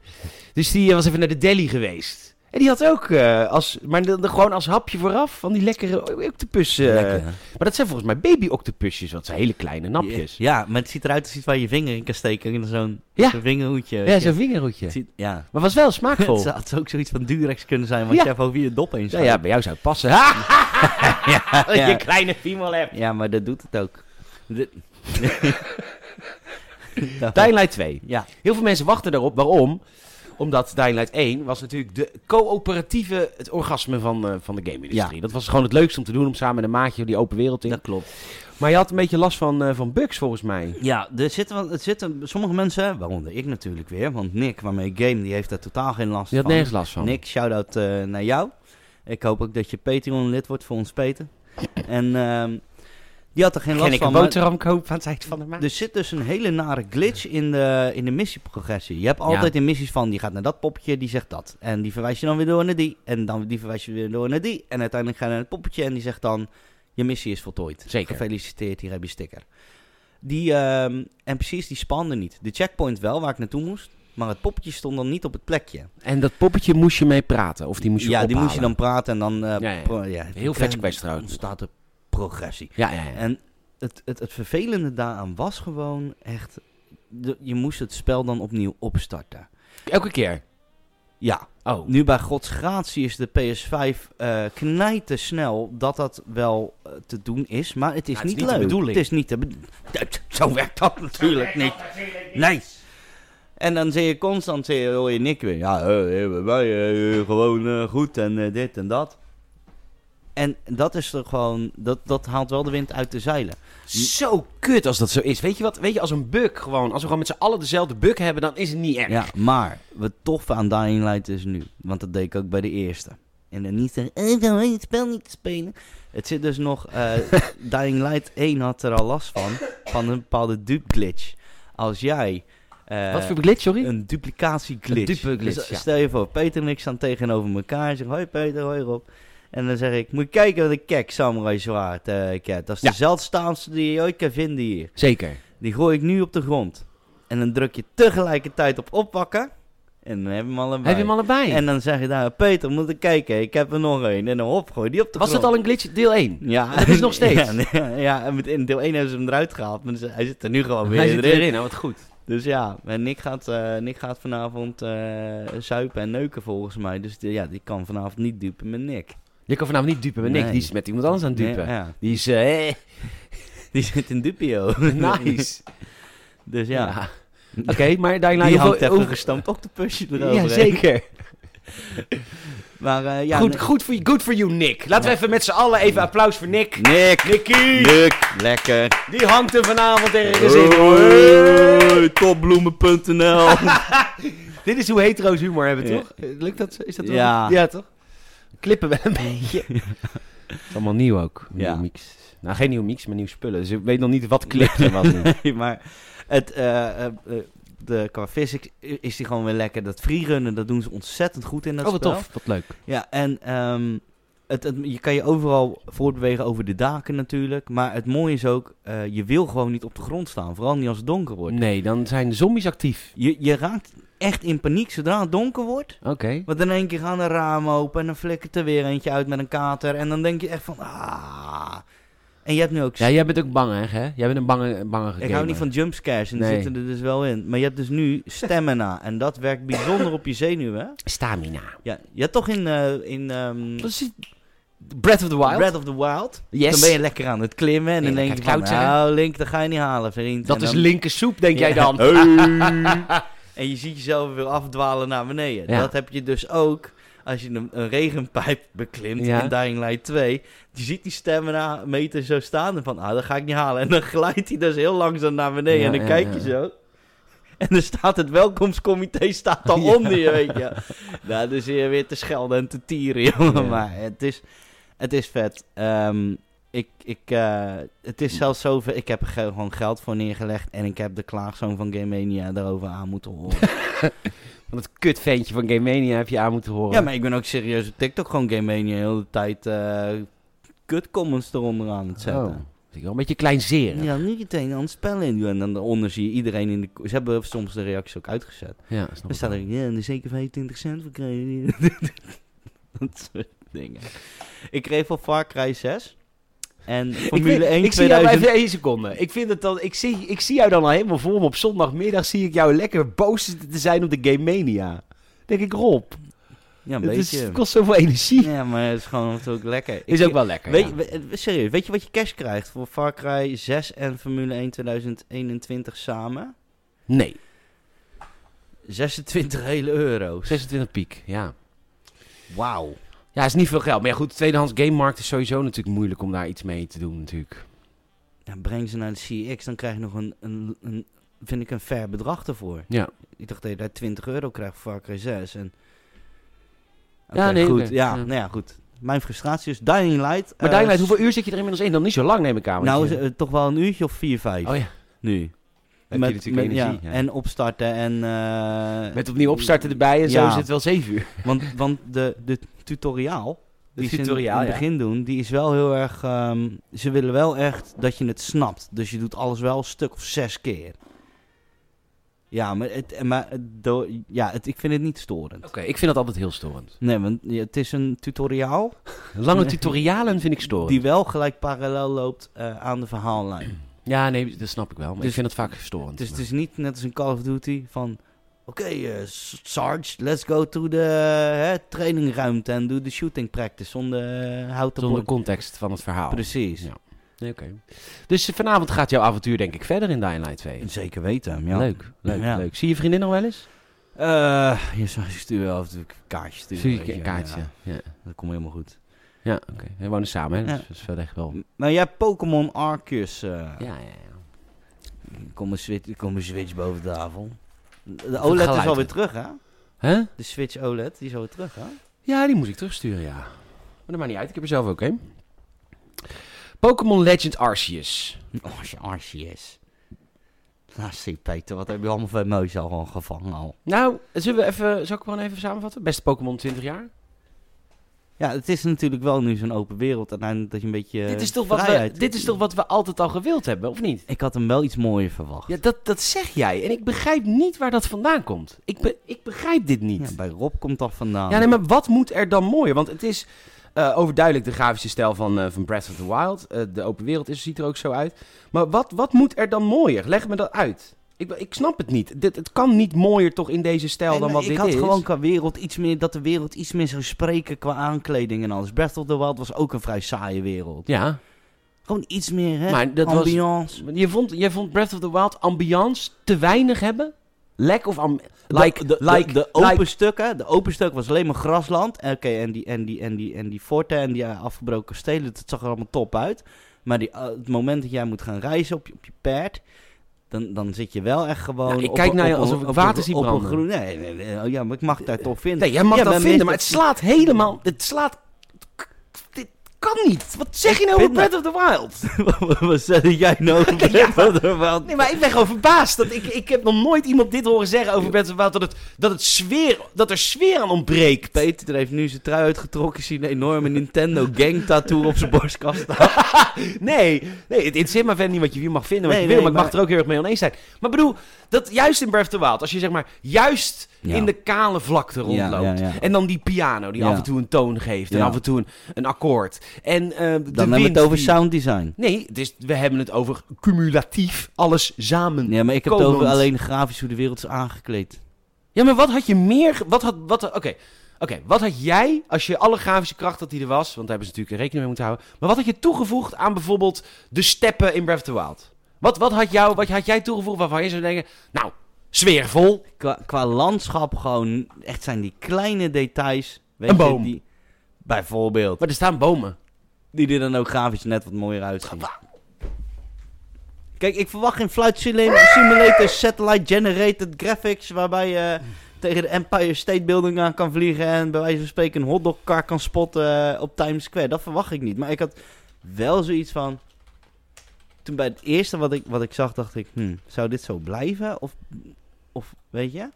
Speaker 1: Dus die eh, was even naar de deli geweest. En die had ook. eh, als, maar dan- dan gewoon als hapje vooraf. Van die lekkere octopus. eh.
Speaker 2: Lekker, hè?
Speaker 1: Maar dat zijn volgens mij baby-octopusjes. Dat zijn hele kleine napjes. Ja,
Speaker 2: Ja, maar het ziet eruit als iets waar je vinger in kan steken. In zo'n
Speaker 1: Ja.
Speaker 2: zo'n vingerhoedje. weet je.
Speaker 1: zo'n vingerhoedje.
Speaker 2: Het ziet- ja.
Speaker 1: Maar was wel
Speaker 2: Het
Speaker 1: smaakvol.
Speaker 2: zou- het zou ook zoiets van Durex kunnen zijn, want
Speaker 1: Ja.
Speaker 2: je hebt over je dop heen
Speaker 1: Ja,
Speaker 2: staan.
Speaker 1: ja, bij jou zou het passen. Ha! Dat
Speaker 2: ja.
Speaker 1: je kleine piemel hebt.
Speaker 2: Ja, maar dat doet het ook. Dit- Dat-
Speaker 1: Dying Light 2.
Speaker 2: Ja,
Speaker 1: Heel veel mensen wachten daarop. Waarom? Omdat Dying Light 1 was natuurlijk de coöperatieve, het orgasme van, eh, van de game-industrie. Dat was gewoon het leukste om te doen, om samen met een maatje die open wereld in.
Speaker 2: dat klopt.
Speaker 1: Maar je had een beetje last van, eh, van bugs volgens mij.
Speaker 2: Ja, er zitten, wel- het zitten sommige mensen, waaronder ik natuurlijk weer, want Nick, waarmee ik game, die heeft daar totaal geen last
Speaker 1: Je had
Speaker 2: van.
Speaker 1: nergens last van.
Speaker 2: Nick, shout-out eh, naar jou. Ik hoop ook dat je Patreon-lid wordt voor ons Peter. En ehm, die had er geen last
Speaker 1: Geen ik
Speaker 2: van.
Speaker 1: een
Speaker 2: maar-
Speaker 1: boterham kopen aan het eind van de maand?
Speaker 2: Er zit dus een hele nare glitch in de, in de missieprogressie. Je hebt altijd in missies van, die gaat naar dat poppetje, die zegt dat. En die verwijs je dan weer door naar die. En dan die verwijs je weer door naar die. En uiteindelijk ga je naar het poppetje en die zegt dan, je missie is voltooid.
Speaker 1: Zeker.
Speaker 2: Gefeliciteerd, hier heb je sticker. Die ehm NPC's die spanden niet. De checkpoint wel, waar ik naartoe moest. Maar het poppetje stond dan niet op het plekje.
Speaker 1: En dat poppetje moest je mee praten, of die moest je
Speaker 2: ja, die
Speaker 1: ophalen.
Speaker 2: moest je dan praten en dan... eh,
Speaker 1: Ja, ja.
Speaker 2: pro- ja,
Speaker 1: Heel
Speaker 2: dan
Speaker 1: vet quest trouwens.
Speaker 2: ontstaat er progressie.
Speaker 1: Ja, ja, ja.
Speaker 2: En het, het, het vervelende daaraan was gewoon echt... de- je moest het spel dan opnieuw opstarten.
Speaker 1: Elke keer.
Speaker 2: Ja,
Speaker 1: Oh.
Speaker 2: nu bij gods gratie is de PS5 eh knijten snel dat dat wel eh, te doen is. Maar Nou, het is,
Speaker 1: Ja,
Speaker 2: niet,
Speaker 1: de
Speaker 2: leuk.
Speaker 1: bedoeling.
Speaker 2: Het is niet de bedoeling. Zo werkt dat natuurlijk niet. Nee. En dan zie je constant, zie je, hoor je Nick weer. Ja, eh, eh, wij, eh, eh, gewoon eh, goed en eh, dit en dat. En dat is er gewoon, dat, dat haalt wel de wind uit de zeilen.
Speaker 1: Zo kut als dat zo is. Weet je wat? Weet je, als een bug gewoon. Als we gewoon met z'n allen dezelfde bug hebben, dan is het niet erg.
Speaker 2: Ja, maar wat tof aan Dying Light is nu, want dat deed ik ook bij de eerste. En dan niet zeggen, eh, ik wil het spel niet te spelen. Het zit dus nog, eh, Dying Light 1 had er al last van, van een bepaalde dupe glitch. Als jij... eh,
Speaker 1: Wat voor glitch, sorry?
Speaker 2: Een duplicatie glitch.
Speaker 1: Een dupe glitch,
Speaker 2: Dus
Speaker 1: ja.
Speaker 2: Stel je voor, Peter en ik staan tegenover elkaar. en zeggen hoi Peter, hoi Rob. En dan zeg ik, moet je kijken wat ik kijk, samurai zwaard, eh cat. Dat is
Speaker 1: Ja.
Speaker 2: de zeldzaamste die je ooit kan vinden hier.
Speaker 1: Zeker.
Speaker 2: Die gooi ik nu op de grond. En dan druk je tegelijkertijd op oppakken. En dan heb je hem allebei.
Speaker 1: Heb je hem allebei?
Speaker 2: En dan zeg je daar, Peter, moet ik kijken, ik heb er nog een. En dan hop, gooi die op de
Speaker 1: Was dat
Speaker 2: grond.
Speaker 1: al een glitch deel 1?
Speaker 2: Ja,
Speaker 1: Dat is nog steeds.
Speaker 2: Ja, ja, en met- in deel 1 hebben ze hem eruit gehaald. Maar hij zit er nu gewoon weer
Speaker 1: Hij zit
Speaker 2: erin.
Speaker 1: erin, nou wat goed.
Speaker 2: Dus ja, en Nick gaat, eh, Nick gaat vanavond eh, zuipen en neuken volgens mij. Dus die- ja, die kan vanavond niet dupen met Nick.
Speaker 1: Je kan vanavond niet dupen met Nick,
Speaker 2: Nee.
Speaker 1: die is met iemand anders aan het dupen.
Speaker 2: Ja, ja.
Speaker 1: Die is, eh,
Speaker 2: Die zit in dupio.
Speaker 1: nice.
Speaker 2: dus ja,
Speaker 1: Oké, maar Dying Light...
Speaker 2: die hangt
Speaker 1: hoeveel-
Speaker 2: even
Speaker 1: hoe-
Speaker 2: gestampt op de pusje
Speaker 1: Oh. Ja,
Speaker 2: eroverheen.
Speaker 1: zeker.
Speaker 2: Maar eh, ja,
Speaker 1: goed, goed, voor, good for you, Nick. Laten we even met z'n allen even applaus voor Nick.
Speaker 2: Nick,
Speaker 1: Nicky,
Speaker 2: Nick, lekker.
Speaker 1: die hangt er vanavond Dus tegen de zin.
Speaker 2: Hey, Topbloemen.nl
Speaker 1: Dit is hoe hetero's humor hebben,
Speaker 2: Ja.
Speaker 1: toch? Eh, Lukt dat? Is dat wel
Speaker 2: Ja.
Speaker 1: goed? Ja, toch? Klippen wel een beetje. Het is allemaal nieuw ook. Nieuw
Speaker 2: Ja.
Speaker 1: mix. Nou, geen nieuw mix, maar nieuw spullen. Dus ik weet nog niet wat klipt en wat niet.
Speaker 2: Nee, maar het, eh, eh, eh, de, qua physics is die gewoon weer lekker. Dat freerunnen, dat doen ze ontzettend goed in dat
Speaker 1: Oh, wat
Speaker 2: spel.
Speaker 1: tof. Wat leuk.
Speaker 2: Ja, en ehm, het, het- je kan je overal voortbewegen over de daken natuurlijk. Maar het mooie is ook, eh, je wil gewoon niet op de grond staan. Vooral niet als het donker wordt.
Speaker 1: Nee, dan zijn de zombies actief.
Speaker 2: Je, je raakt echt in paniek zodra het donker wordt.
Speaker 1: Oké.
Speaker 2: Want in één keer gaan de ramen open en dan flikkert er weer eentje uit met een kater. En dan denk je echt van, ah. En je hebt nu ook...
Speaker 1: Ja, jij bent ook bang, hè, hè? Jij bent een bange, bange
Speaker 2: ik hou niet van jumpscares en die
Speaker 1: Nee.
Speaker 2: zitten er dus wel in. Maar je hebt dus nu stamina. en dat werkt bijzonder op je zenuwen.
Speaker 1: Stamina.
Speaker 2: Ja, je hebt toch in, eh, in ehm,
Speaker 1: Dat is Breath of the Wild.
Speaker 2: Breath of the Wild...
Speaker 1: Yes.
Speaker 2: Dan ben je lekker aan het klimmen en
Speaker 1: Nee,
Speaker 2: dan
Speaker 1: dat
Speaker 2: denk je
Speaker 1: gaat
Speaker 2: van,
Speaker 1: koud zijn.
Speaker 2: nou Link, dat ga je niet halen vriend.
Speaker 1: Dat
Speaker 2: En
Speaker 1: is
Speaker 2: dan-
Speaker 1: linkersoep, denk jij dan?
Speaker 2: En je ziet jezelf weer afdwalen naar beneden.
Speaker 1: Ja.
Speaker 2: Dat heb je dus ook als je een, een regenpijp beklimt
Speaker 1: Ja.
Speaker 2: in Dying Light 2. Je ziet die stamina meter zo staan en van, ah dat ga ik niet halen. En dan glijdt hij dus heel langzaam naar beneden
Speaker 1: Ja,
Speaker 2: en dan
Speaker 1: ja,
Speaker 2: kijk
Speaker 1: ja.
Speaker 2: je zo. En dan staat het welkomstcomité staat al
Speaker 1: Ja.
Speaker 2: onder je, weet je. Nou, dan zit je weer te schelden en te tieren, jongen.
Speaker 1: Ja.
Speaker 2: Maar het is, het is vet. Ehm, ik, ik, eh, het is zelfs zover, ik heb er ge- gewoon geld voor neergelegd. En ik heb de klaagzoon van Game Mania daarover aan moeten horen.
Speaker 1: Want het kutventje van Game Mania heb je aan moeten horen.
Speaker 2: ja, maar ik ben ook serieus op TikTok gewoon Game Mania heel de hele tijd eh kutcomments eronder aan het zetten.
Speaker 1: Oh, vind ik wel een beetje kleinzerig.
Speaker 2: Ja, niet meteen aan het spel in. En dan daaronder zie je iedereen in de... ko- Ze hebben soms de reacties ook uitgezet.
Speaker 1: Ja, snap
Speaker 2: Dan
Speaker 1: ik.
Speaker 2: staat er, Oh, ja, en er zeker 25 cent voor krijgen. dat soort dingen. Ik kreeg voor Far Cry 6. En Formule 1
Speaker 1: ik
Speaker 2: 2000...
Speaker 1: zie jou maar even één seconde. Ik, vind het dan, ik, zie, ik zie jou dan al helemaal voor me. Op zondagmiddag zie ik jou lekker boos zitten te zijn op de Game Mania. Denk ik, Rob,
Speaker 2: Ja, een
Speaker 1: het, is,
Speaker 2: beetje.
Speaker 1: het kost zoveel energie.
Speaker 2: Ja, maar het is gewoon natuurlijk lekker.
Speaker 1: is
Speaker 2: Ik-
Speaker 1: ook wel lekker.
Speaker 2: Weet,
Speaker 1: ja.
Speaker 2: we- we- serieus, weet je wat je cash krijgt voor Far Cry 6 en Formule 1 2021 samen?
Speaker 1: Nee,
Speaker 2: 26 hele euro's.
Speaker 1: 26 piek, ja.
Speaker 2: Wauw.
Speaker 1: Ja, is niet veel geld. Maar ja, goed, de tweedehands gamemarkt is sowieso natuurlijk moeilijk om daar iets mee te doen natuurlijk.
Speaker 2: Dan breng ze naar de CX, dan krijg je nog een, een, een vind ik, een fair bedrag ervoor.
Speaker 1: Ja.
Speaker 2: Ik dacht dat je daar 20 euro krijgt voor Far Cry 6. En...
Speaker 1: Ja,
Speaker 2: Oké,
Speaker 1: nee,
Speaker 2: goed.
Speaker 1: oké. Ja.
Speaker 2: Ja, nou ja, goed. Mijn frustratie is Dying Light.
Speaker 1: Maar
Speaker 2: eh,
Speaker 1: Dying Light, hoeveel uur zit je er inmiddels in? Dan niet zo lang, neem ik aan. want
Speaker 2: Nou,
Speaker 1: je-
Speaker 2: is, eh, toch wel een uurtje of 4, 5
Speaker 1: oh ja.
Speaker 2: nu.
Speaker 1: Heb je natuurlijk energie. ja.
Speaker 2: ja, En opstarten en... eh,
Speaker 1: Met opnieuw opstarten erbij en zo
Speaker 2: Ja.
Speaker 1: is het wel 7 uur.
Speaker 2: Want, want de, de tutoriaal...
Speaker 1: De
Speaker 2: die ze in-
Speaker 1: tutoriaal,
Speaker 2: in het
Speaker 1: ja.
Speaker 2: begin doen, die is wel heel erg... ehm, ze willen wel echt dat je het snapt. Dus je doet alles wel een stuk of zes keer. Ja, maar, het, maar het, door- ja, het, ik vind het niet storend.
Speaker 1: Oké, ik vind dat altijd heel storend.
Speaker 2: Nee, want ja, het is een tutoriaal
Speaker 1: Lange tutorialen vind ik storend.
Speaker 2: die wel gelijk parallel loopt eh, aan de verhaallijn.
Speaker 1: Ja, nee, dat snap ik wel. Maar
Speaker 2: Dus-
Speaker 1: ik vind het vaak storend.
Speaker 2: Dus het is niet net als een Call of Duty van... Oké, eh, S- Sarge, let's go to de hè, trainingruimte en doe de shooting practice zonder eh, houten
Speaker 1: Zonder
Speaker 2: bord-
Speaker 1: context van het verhaal.
Speaker 2: Precies.
Speaker 1: Ja. Nee, oké. Dus eh, vanavond gaat jouw avontuur denk ik verder in Dying Light 2.
Speaker 2: Zeker weten, ja.
Speaker 1: Leuk, leuk,
Speaker 2: Ja.
Speaker 1: leuk. Zie je vriendin nog wel eens?
Speaker 2: Eh, je zou je sturen wel natuurlijk een kaartje sturen.
Speaker 1: Zie
Speaker 2: weet
Speaker 1: je een
Speaker 2: je,
Speaker 1: kaartje.
Speaker 2: ja.
Speaker 1: Ja.
Speaker 2: dat komt helemaal goed.
Speaker 1: Ja. Ja, oké. We wonen samen, hè? Dus
Speaker 2: Ja.
Speaker 1: dat is wel echt wel...
Speaker 2: Nou, jij hebt Pokémon Arceus. eh
Speaker 1: Ja, ja, ja.
Speaker 2: Kom, een switch, kom een Switch boven de tafel. De
Speaker 1: een
Speaker 2: OLED is
Speaker 1: geluid,
Speaker 2: alweer
Speaker 1: hè?
Speaker 2: terug, hè?
Speaker 1: Hè?
Speaker 2: De Switch
Speaker 1: E
Speaker 2: OLED, die is alweer terug, hè?
Speaker 1: Ja, die moet ik terugsturen, ja. Maar dat maakt niet uit. Ik heb er zelf ook een. Pokémon Legend Arceus.
Speaker 2: Oh, Arceus. Nou, zie Peter, wat heb je allemaal van moois al gewoon gevangen al.
Speaker 1: Nou, zullen we even... Zal ik gewoon even samenvatten? Beste Pokémon 20 jaar.
Speaker 2: Ja, het is natuurlijk wel nu zo'n open wereld. Uiteindelijk dat je een beetje
Speaker 1: dit, is toch wat we,
Speaker 2: Eh, vrijheid-
Speaker 1: dit is toch wat we altijd al gewild hebben, of niet?
Speaker 2: Ik had hem wel iets mooier verwacht.
Speaker 1: Ja, dat, dat zeg jij. En ik begrijp niet waar dat vandaan komt. Ik, be- ik begrijp dit niet.
Speaker 2: Ja, bij Rob komt dat vandaan.
Speaker 1: Ja, nee, maar wat moet er dan mooier? Want het is eh, overduidelijk de grafische stijl van, eh, van Breath of the Wild. Eh, de open wereld is, ziet er ook zo uit. Maar wat, wat moet er dan mooier? Leg me dat uit. Ik, ik snap het niet. Dit, het kan niet mooier toch in deze stijl
Speaker 2: Nee,
Speaker 1: dan
Speaker 2: maar
Speaker 1: wat
Speaker 2: ik
Speaker 1: dit
Speaker 2: had
Speaker 1: is.
Speaker 2: gewoon qua wereld iets meer, dat de wereld iets meer zou spreken qua aankleding en alles. Breath of the Wild was ook een vrij saaie wereld.
Speaker 1: Ja,
Speaker 2: Gewoon iets meer, hè?
Speaker 1: maar dat was...
Speaker 2: Ambiance.
Speaker 1: Je vond, je vond Breath of the Wild ambiance te weinig hebben? Lek of... am-
Speaker 2: De-
Speaker 1: like,
Speaker 2: de, de,
Speaker 1: like,
Speaker 2: de open
Speaker 1: like-
Speaker 2: stukken. De open stuk was alleen maar grasland. En Oké, en, die, en, die, en, die, en die forten en die eh, afgebroken steden, dat zag er allemaal top uit. Maar die, eh, het moment dat jij moet gaan reizen op je, op je paard, dan, dan zit je wel echt gewoon...
Speaker 1: Nou, ik
Speaker 2: op
Speaker 1: kijk
Speaker 2: een-
Speaker 1: naar je
Speaker 2: op een-
Speaker 1: alsof ik
Speaker 2: op een-
Speaker 1: water zie
Speaker 2: op een
Speaker 1: branden.
Speaker 2: groen- nee, nee, nee, oh ja, maar ik mag daar toch vinden.
Speaker 1: Nee, jij mag
Speaker 2: Ja,
Speaker 1: dat
Speaker 2: maar
Speaker 1: vinden,
Speaker 2: meestal-
Speaker 1: maar het slaat helemaal... Het slaat... Dit kan niet. Wat zeg je nou
Speaker 2: Ik
Speaker 1: over
Speaker 2: vind
Speaker 1: Breath of the Wild?
Speaker 2: Wat zeg jij nou over Breath of the Wild?
Speaker 1: Nee, maar ik ben gewoon verbaasd. Dat ik, ik heb nog nooit iemand dit horen zeggen over Breath of the Wild. Dat, het, dat, het sfeer, dat er sfeer aan ontbreekt.
Speaker 2: Peter heeft nu zijn trui uitgetrokken, ziet een enorme Nintendo gang tattoo op zijn borstkast staan.
Speaker 1: Nee, nee het interesseert me verder niet wat je hier mag vinden. Wat
Speaker 2: Nee,
Speaker 1: je wil,
Speaker 2: nee,
Speaker 1: maar ik mag
Speaker 2: maar-
Speaker 1: er ook heel erg mee oneens zijn. Maar bedoel, dat juist in Breath of the Wild. Als je zeg maar juist
Speaker 2: Ja.
Speaker 1: in de kale vlakte rondloopt.
Speaker 2: ja, ja.
Speaker 1: En dan die piano die
Speaker 2: Ja.
Speaker 1: af en toe een toon geeft. En
Speaker 2: Ja.
Speaker 1: af en toe een, een akkoord. En eh de
Speaker 2: Dan hebben
Speaker 1: wind
Speaker 2: we het over
Speaker 1: die-
Speaker 2: sound design.
Speaker 1: Nee, het is, we hebben het over cumulatief alles samen.
Speaker 2: Ja, maar ik heb het
Speaker 1: Komend.
Speaker 2: over alleen grafisch hoe de wereld is aangekleed.
Speaker 1: Ja, maar wat had je meer... ge- Wat had... Wat, oké, oké, wat had jij, als je alle grafische kracht dat die er was... Want daar hebben ze natuurlijk rekening mee moeten houden. Maar wat had je toegevoegd aan bijvoorbeeld de steppen in Breath of the Wild? Wat, wat, had, jou, wat had jij toegevoegd waarvan je zou denken... Nou, sfeervol.
Speaker 2: Qua, qua landschap gewoon, echt zijn die kleine details. Weet
Speaker 1: Een
Speaker 2: je,
Speaker 1: boom.
Speaker 2: Die, bijvoorbeeld.
Speaker 1: Maar er staan bomen.
Speaker 2: Die er dan ook grafisch net wat mooier uitzien. Kijk, ik verwacht geen Flight Sim- Simulator Satellite Generated Graphics... waarbij je tegen de Empire State Building aan kan vliegen... en bij wijze van spreken een hotdogkar kan spotten eh, op Times Square. Dat verwacht ik niet. Maar ik had wel zoiets van... Toen bij het eerste wat ik, wat ik zag, dacht ik... Hm, zou dit zo blijven? Of, of weet je...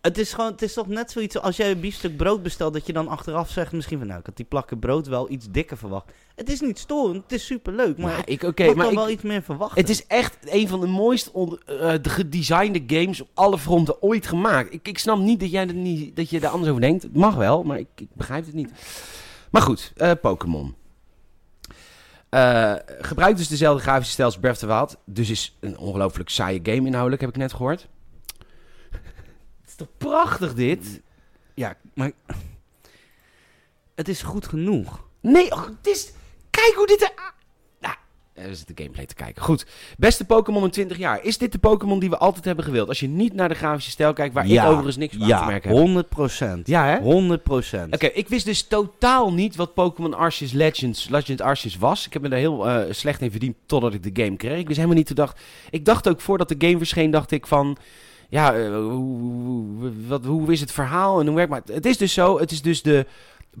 Speaker 2: Het is, gewoon, het is toch net zoiets als jij een biefstuk brood bestelt... dat je dan achteraf zegt misschien van... nou, ik had die plakken brood wel iets dikker verwacht. Het is niet storend, het is superleuk, maar...
Speaker 1: Maar
Speaker 2: het-
Speaker 1: Nou, ik, oké,
Speaker 2: ik
Speaker 1: maar
Speaker 2: kan
Speaker 1: ik,
Speaker 2: wel iets meer verwachten.
Speaker 1: Het is echt een van de mooist on- eh, de gedesignde games op alle fronten ooit gemaakt. Ik, ik snap niet dat jij er niet, dat je daar anders over denkt. Het mag wel, maar ik, ik begrijp het niet. Maar goed, eh, Pokémon. Eh, gebruikt dus dezelfde grafische stijl als Breath of the Wild. Dus is een ongelooflijk saaie game inhoudelijk, heb ik net gehoord. Het is toch prachtig dit?
Speaker 2: Ja, maar... Het is goed genoeg.
Speaker 1: Nee, och, het is... Kijk hoe dit er... Nou, er zit de gameplay te kijken. Goed. Beste Pokémon in 20 jaar. Is dit de Pokémon die we altijd hebben gewild? Als je niet naar de grafische stijl kijkt, waar
Speaker 2: Ja,
Speaker 1: ik overigens niks van te
Speaker 2: Ja,
Speaker 1: merken heb.
Speaker 2: 100 procent.
Speaker 1: Ja, hè?
Speaker 2: 100 procent.
Speaker 1: Oké, ik wist dus totaal niet wat Pokémon Arceus Legends, Legend Arceus was. Ik heb me daar heel eh, slecht in verdiend totdat ik de game kreeg. Ik wist helemaal niet, toen dacht... Ik dacht ook voordat de game verscheen, dacht ik van... Ja, eh, hoe, hoe- wat, hoe is het verhaal en hoe werkt... Maar het is dus zo, het is dus de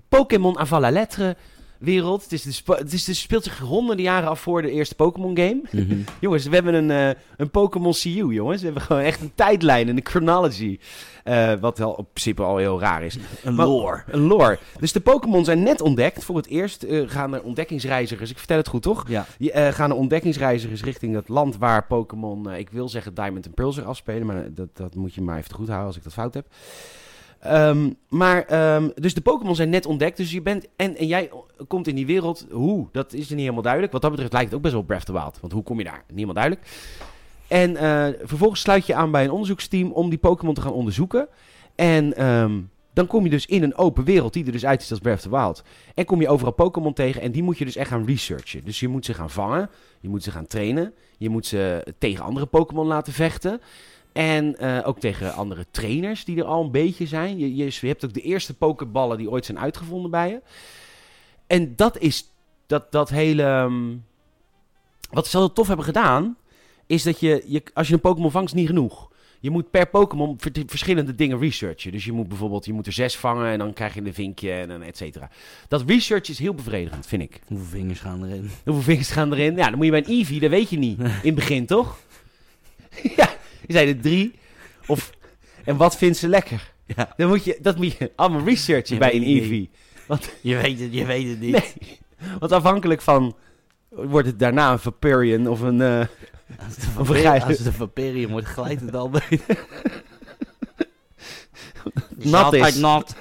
Speaker 1: Pokémon avant la lettre wereld. Het, is dus, po- het, is dus, speelt zich honderden jaren af voor de eerste Pokémon game.
Speaker 2: Mhm.
Speaker 1: Jongens, we hebben een, eh, een Pokémon CU, jongens. We hebben gewoon echt een tijdlijn en een chronology. Eh, wat wel op principe al heel raar is.
Speaker 2: Een
Speaker 1: Maar-
Speaker 2: lore.
Speaker 1: Een lore. Dus de Pokémon zijn net ontdekt. Voor het eerst eh, gaan er ontdekkingsreizigers. Ik vertel het goed, toch?
Speaker 2: Ja.
Speaker 1: Je, eh, gaan de ontdekkingsreizigers richting dat land waar Pokémon, eh, ik wil zeggen Diamond en Pearl zich afspelen, maar dat, dat moet je maar even goed houden als ik dat fout heb. Ehm, maar, ehm, dus de Pokémon zijn net ontdekt, dus je bent, en, en jij komt in die wereld, hoe, dat is er niet helemaal duidelijk. Wat dat betreft lijkt het ook best wel op Breath of the Wild, want hoe kom je daar? Niet helemaal duidelijk. En eh, vervolgens sluit je aan bij een onderzoeksteam om die Pokémon te gaan onderzoeken. En ehm, dan kom je dus in een open wereld, die er dus uitziet als Breath of the Wild. En kom je overal Pokémon tegen en die moet je dus echt gaan researchen. Dus je moet ze gaan vangen, je moet ze gaan trainen, je moet ze tegen andere Pokémon laten vechten. En eh, ook tegen andere trainers die er al een beetje zijn. Je, je, je hebt ook de eerste pokerballen die ooit zijn uitgevonden bij je. En dat is dat, dat hele. ehm, wat ze altijd tof hebben gedaan, is dat je, je als je een Pokémon vangt, is niet genoeg. Je moet per Pokémon ver- verschillende dingen researchen. Dus je moet bijvoorbeeld, je moet er zes vangen en dan krijg je een vinkje en een et cetera. Dat research is heel bevredigend, vind ik.
Speaker 2: Hoeveel vingers gaan erin?
Speaker 1: Hoeveel vingers gaan erin? Ja, dan moet je bij een Eevee, dat weet je niet. In het begin, toch? ja, je zei er drie. Of, en wat vindt ze lekker?
Speaker 2: Ja.
Speaker 1: Dan moet je, dat moet je allemaal researchen
Speaker 2: Je
Speaker 1: bij een E
Speaker 2: weet het
Speaker 1: Eevee.
Speaker 2: Je weet het, je weet het niet.
Speaker 1: Nee, want afhankelijk van... Wordt het daarna een Vaporeon of een... eh,
Speaker 2: Als de
Speaker 1: Of begrijp
Speaker 2: Vaporeon-
Speaker 1: je?
Speaker 2: als de Vaporeon wordt, glijdt het al bij.
Speaker 1: Nat altijd is.
Speaker 2: nat.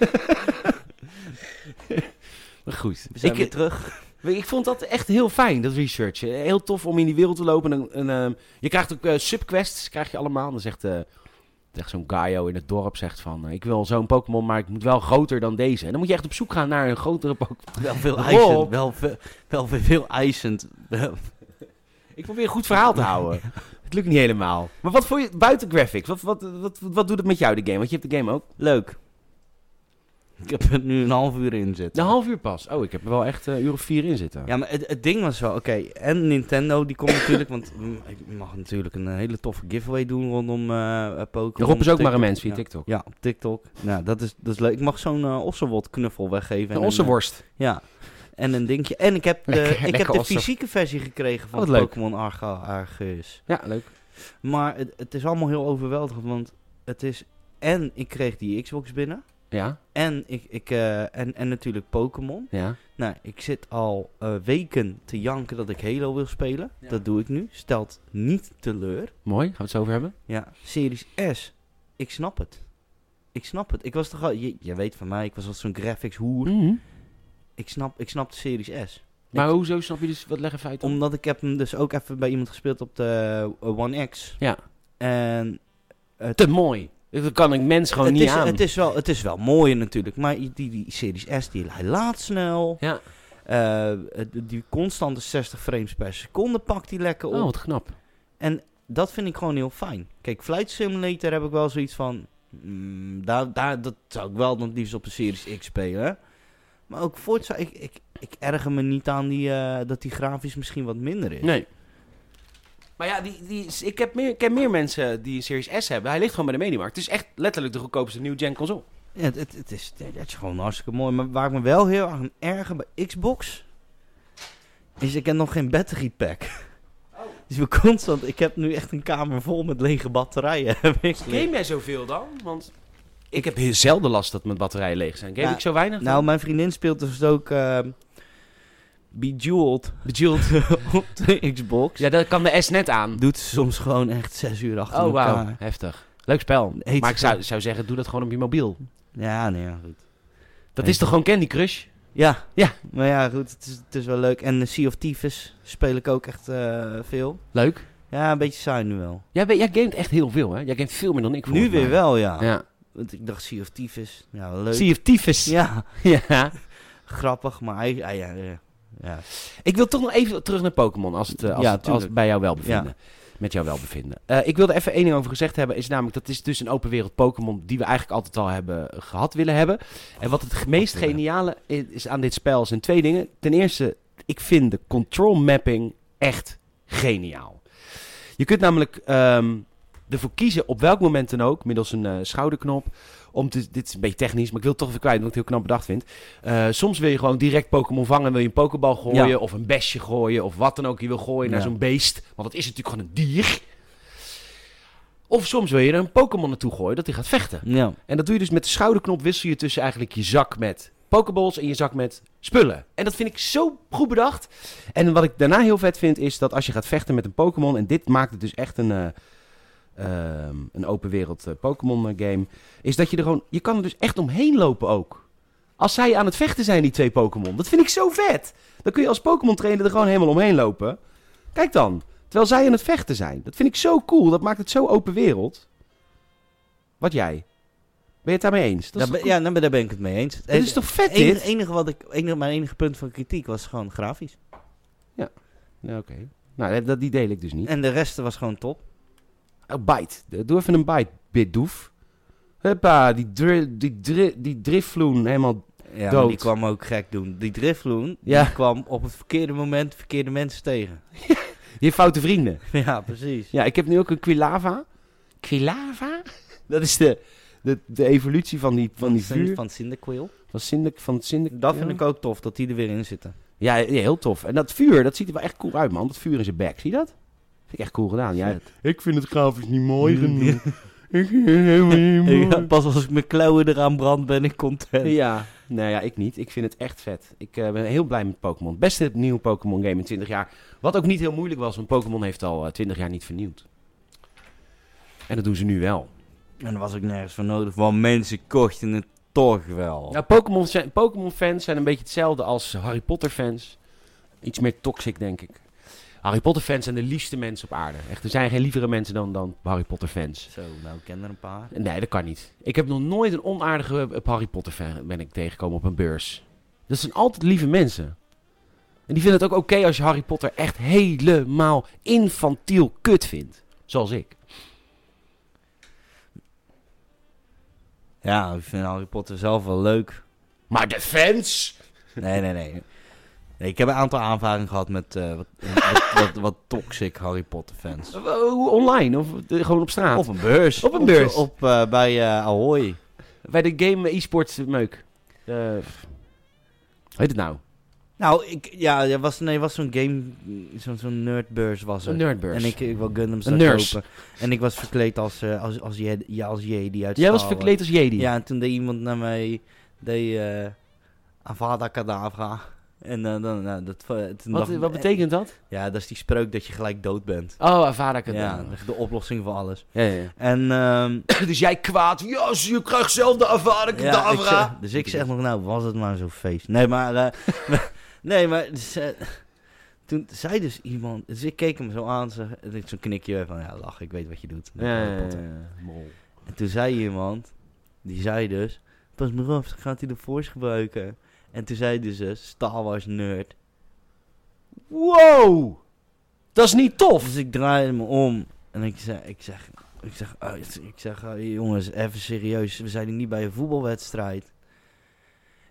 Speaker 1: Maar goed.
Speaker 2: We zijn
Speaker 1: Ik-
Speaker 2: weer terug.
Speaker 1: Weet je, Ik vond dat echt heel fijn, dat research. Heel tof om in die wereld te lopen. En, en, ehm, je krijgt ook eh, subquests, krijg je allemaal. Dan zegt, eh, zegt zo'n Gaio in het dorp, zegt van... eh, ik wil zo'n Pokémon, maar ik moet wel groter dan deze. En dan moet je echt op zoek gaan naar een grotere Pokémon.
Speaker 2: Wel veel
Speaker 1: Rob.
Speaker 2: eisend. Wel, ve- wel ve- veel eisend.
Speaker 1: Ik probeer een goed verhaal te houden. het lukt niet helemaal. Maar wat voor je, buiten graphics, wat, wat, wat, wat doet het met jou, de game? Want je hebt de game ook
Speaker 2: Leuk. Ik heb er nu een half uur in
Speaker 1: een
Speaker 2: zitten.
Speaker 1: half uur pas. Oh, ik heb er wel echt eh, een uur of vier in zitten.
Speaker 2: Ja, maar het, het ding was wel, oké, en Nintendo die komt natuurlijk, want mm, ik mag natuurlijk een eh, hele toffe giveaway doen rondom eh eh, Pokémon.
Speaker 1: Rob is ook
Speaker 2: op
Speaker 1: maar een
Speaker 2: TikTok.
Speaker 1: mens via
Speaker 2: Ja.
Speaker 1: TikTok.
Speaker 2: Ja, op TikTok. Nou, dat is, dat is leuk. Ik mag zo'n eh Ossewot knuffel weggeven.
Speaker 1: Een
Speaker 2: en eh,
Speaker 1: ossenworst.
Speaker 2: Ja. En een dingetje. En ik heb de,
Speaker 1: Lekker-
Speaker 2: ik heb
Speaker 1: lekker
Speaker 2: de
Speaker 1: ossen.
Speaker 2: fysieke versie gekregen van
Speaker 1: Oh, wat leuk.
Speaker 2: Pokémon Arga- Arceus.
Speaker 1: Ja, leuk.
Speaker 2: Maar het, het is allemaal heel overweldigend, want het is... En ik kreeg die Xbox binnen.
Speaker 1: Ja,
Speaker 2: En, ik, ik, eh, en, en natuurlijk Pokémon.
Speaker 1: ja.
Speaker 2: Nou, ik zit al eh, weken te janken dat ik Halo wil spelen. Dat doe ik nu. Stelt niet teleur.
Speaker 1: Mooi, gaan we het zo over hebben.
Speaker 2: Ja, Series S. Ik snap het. Ik snap het. Ik was toch al... Je, je weet van mij, ik was al zo'n graphics hoer.
Speaker 1: Mhm.
Speaker 2: Ik snap, ik snap de Series S.
Speaker 1: Maar hoezo snap je dus, wat leg even uit dan?
Speaker 2: Omdat ik heb hem dus ook even bij iemand gespeeld op de eh, One X.
Speaker 1: Ja.
Speaker 2: En
Speaker 1: te mooi. Dat kan ik mens gewoon
Speaker 2: het,
Speaker 1: niet
Speaker 2: is,
Speaker 1: aan.
Speaker 2: het, is wel, het is wel mooier natuurlijk, maar die, die Series S die hij laat snel.
Speaker 1: Ja.
Speaker 2: Eh, het- die constante 60 frames per seconde pakt die lekker op.
Speaker 1: Oh, wat knap.
Speaker 2: En dat vind ik gewoon heel fijn. Kijk, Flight Simulator heb ik wel zoiets van... mm, daar, daar, dat zou ik wel dan het liefst op een Series X spelen. Maar ook Forza, ik, ik, ik erger me niet aan die, eh, dat die grafisch misschien wat minder is.
Speaker 1: Nee. Maar ja, die, die, ik heb meer, ik ken meer mensen die een Series S hebben. Hij ligt gewoon bij de Mediamarkt. Het is echt letterlijk de goedkoopste new-gen console.
Speaker 2: Ja, het, het, het is, het is gewoon hartstikke mooi. Maar waar ik me wel heel erg aan erger bij Xbox... is ik heb nog geen battery pack. Dus we constant... Ik heb nu echt een kamer vol met lege batterijen. heb ik.
Speaker 1: Game jij zoveel dan? Want ik heb heel zelden last dat mijn batterijen leeg zijn. Game
Speaker 2: Nou,
Speaker 1: ik zo weinig?
Speaker 2: nou, mijn vriendin speelt dus ook... eh, Bejeweled
Speaker 1: Bejeweled.
Speaker 2: op de Xbox.
Speaker 1: Ja, daar kan de S net aan.
Speaker 2: Doet ze soms gewoon echt zes uur achter
Speaker 1: Oh,
Speaker 2: elkaar.
Speaker 1: wauw. Heftig. Leuk spel.
Speaker 2: Heet
Speaker 1: maar ik
Speaker 2: spel.
Speaker 1: zou, zou zeggen, doe dat gewoon op je mobiel.
Speaker 2: Ja, nee, ja, goed.
Speaker 1: Dat
Speaker 2: Heet
Speaker 1: is toch gewoon Candy Crush?
Speaker 2: Ja,
Speaker 1: Ja.
Speaker 2: maar ja, goed, het is, het is wel leuk. En de Sea of Thieves speel ik ook echt eh, veel.
Speaker 1: Leuk.
Speaker 2: Ja, een beetje saai nu wel.
Speaker 1: Jij, bent- jij gamet echt heel veel, hè? Jij gamet veel meer dan ik,
Speaker 2: Nu
Speaker 1: volgens
Speaker 2: weer
Speaker 1: mij.
Speaker 2: wel, ja.
Speaker 1: Ja.
Speaker 2: Want ik dacht Sea of Thieves, ja, wel leuk.
Speaker 1: Sea of Typhus.
Speaker 2: Ja,
Speaker 1: ja.
Speaker 2: grappig, maar hij, ah, ja, ja, ja.
Speaker 1: Ik wil toch nog even terug naar Pokémon, als het, eh, als,
Speaker 2: Ja,
Speaker 1: het, als
Speaker 2: tuurlijk.
Speaker 1: het bij jou wel bevinden. Met jou wel bevinden. Eh, ik wilde even één ding over gezegd hebben. Is namelijk, dat is dus een open wereld Pokémon die we eigenlijk altijd al hebben gehad willen hebben. En wat het meest
Speaker 2: willen.
Speaker 1: geniale i- is aan dit spel zijn twee dingen. Ten eerste, ik vind de control mapping echt geniaal. Je kunt namelijk ehm, ervoor kiezen op welk moment dan ook, middels een eh, schouderknop. Om te, dit is een beetje technisch, maar ik wil het toch even kwijt, omdat ik het heel knap bedacht vind. Eh, soms wil je gewoon direct Pokémon vangen. Wil je een Pokébal gooien
Speaker 2: Ja.
Speaker 1: of een besje gooien of wat dan ook je wil gooien naar
Speaker 2: Ja.
Speaker 1: zo'n beest. Want dat is natuurlijk gewoon een dier. Of soms wil je er een Pokémon naartoe gooien dat hij gaat vechten.
Speaker 2: ja.
Speaker 1: En dat doe je dus met de schouderknop wissel je tussen eigenlijk je zak met pokeballs en je zak met spullen. En dat vind ik zo goed bedacht. En wat ik daarna heel vet vind is dat als je gaat vechten met een Pokémon... en dit maakt het dus echt een, eh, ehm, een open wereld eh, Pokémon eh, game... is dat je er gewoon... Je kan er dus echt omheen lopen ook. Als zij aan het vechten zijn, die twee Pokémon. Dat vind ik zo vet. Dan kun je als Pokémon trainer er gewoon helemaal omheen lopen. Kijk dan. Terwijl zij aan het vechten zijn. Dat vind ik zo cool. Dat maakt het zo open wereld. Wat jij? Ben je het daarmee eens? Dat
Speaker 2: Daar
Speaker 1: is,
Speaker 2: ben,
Speaker 1: toch,
Speaker 2: ja, eh, nou, maar daar ben ik het mee eens.
Speaker 1: dat is toch vet
Speaker 2: het enige,
Speaker 1: dit?
Speaker 2: enige wat ik, enige, mijn enige punt van kritiek was gewoon grafisch.
Speaker 1: Nou, Oké. Nou, dat- dat, die deel ik dus niet.
Speaker 2: En de rest was gewoon top.
Speaker 1: Oh, bite. Doe even een bite, bitdoef. Huppa, die, dri die, dri die drifvloen helemaal...
Speaker 2: Ja,
Speaker 1: Dood.
Speaker 2: maar die kwam ook gek doen. Die driftloon
Speaker 1: Ja.
Speaker 2: die kwam op het verkeerde moment verkeerde mensen tegen.
Speaker 1: Je hebt foute vrienden.
Speaker 2: Ja, precies.
Speaker 1: Ja, ik heb nu ook een quilava. Quilava? Dat is de, de, de evolutie van die, van die
Speaker 2: Sin-
Speaker 1: vuur.
Speaker 2: Van Sinterquil.
Speaker 1: Van Sindik, van Sindik.
Speaker 2: Dat vind ik ook tof, dat die er weer in zitten.
Speaker 1: Ja, ja, heel tof. En dat vuur, dat ziet er wel echt cool uit, man. Dat vuur in zijn bek, zie je dat? Vind ik echt cool gedaan. Ja, Mm. ik vind het grafisch niet mooi genoeg. ik vind het helemaal niet
Speaker 2: Ja, pas als ik mijn klauwen eraan brand ben ik content.
Speaker 1: Ja, nou ja, ik niet. Ik vind het echt vet. Ik eh, ben heel blij met Pokémon. Beste nieuwe Pokémon game in 20 jaar. Wat ook niet heel moeilijk was, want Pokémon heeft al eh, 20 jaar niet vernieuwd. En dat doen ze nu wel.
Speaker 2: En daar was ook nergens voor nodig, want mensen kochten het toch wel.
Speaker 1: Ja, Nou, Pokémon zijn- Pokémon-fans zijn een beetje hetzelfde als Harry Potter-fans. Iets meer toxic, denk ik. Harry Potter-fans zijn de liefste mensen op aarde. Echt, er zijn geen lievere mensen dan, dan Harry Potter-fans.
Speaker 2: Zo, nou ik ken er een paar.
Speaker 1: Nee, dat kan niet. Ik heb nog nooit een onaardige eh, Harry Potter-fan ben ik tegengekomen op een beurs. Dat zijn altijd lieve mensen. En die vinden het ook oké als je Harry Potter echt helemaal infantiel kut vindt. Zoals ik.
Speaker 2: Ja, ik vind Harry Potter zelf wel leuk.
Speaker 1: Maar de fans...
Speaker 2: Nee, nee, nee. nee ik heb een aantal aanvaringen gehad met eh, wat, wat, wat, wat toxic Harry Potter fans.
Speaker 1: Eh, hoe- Online of eh, gewoon op straat.
Speaker 2: Op een beurs.
Speaker 1: Op een beurs.
Speaker 2: Op, eh, bij eh, Ahoy.
Speaker 1: Bij de game e-sports meuk. Eh, hoe heet het nou?
Speaker 2: Nou, ik, ja, er was, nee, was zo'n game, zo'n zo'n nerdbeurs was
Speaker 1: Een
Speaker 2: het.
Speaker 1: nerdbeurs.
Speaker 2: En ik, ik wil Gundams
Speaker 1: Een
Speaker 2: daar
Speaker 1: nurse.
Speaker 2: kopen. En ik was verkleed als, eh als, als, je, ja, als Jedi uit
Speaker 1: Jij was
Speaker 2: Star Wars.
Speaker 1: verkleed als Jedi.
Speaker 2: Ja, en toen deed iemand naar mij, deed eh Avada Kedavra. En dan, dan, nou, dat, eh, toen
Speaker 1: Wat,
Speaker 2: dacht ik-
Speaker 1: wat betekent dat?
Speaker 2: Ja, dat is die spreuk dat je gelijk dood bent.
Speaker 1: Oh, Avada
Speaker 2: Ja,
Speaker 1: Kedavra.
Speaker 2: dat is de oplossing voor alles.
Speaker 1: Ja, ja.
Speaker 2: En ehm
Speaker 1: dus jij kwaad. Ja, yes, je krijgt zelf de Avada
Speaker 2: ja, ik
Speaker 1: Kedavra.
Speaker 2: zeg- dus ik zeg nog, nou was het maar zo'n feest. Nee, maar, eh, nee, maar dus, eh, toen zei dus iemand, dus ik keek hem zo aan, zeg, en ik zo'n knikje van, ja lach, ik weet wat je doet.
Speaker 1: Ja, ja, ja, ja. Mol.
Speaker 2: En toen zei iemand, die zei dus, pas maar op, dan gaat hij de force gebruiken. En toen zei dus eh, Star Wars nerd.
Speaker 1: Wow! Dat is niet tof.
Speaker 2: Dus ik draaide me om en ik zeg, ik zeg, ik zeg, oh, ik zeg, ik zeg oh, jongens, even serieus, we zijn hier niet bij een voetbalwedstrijd.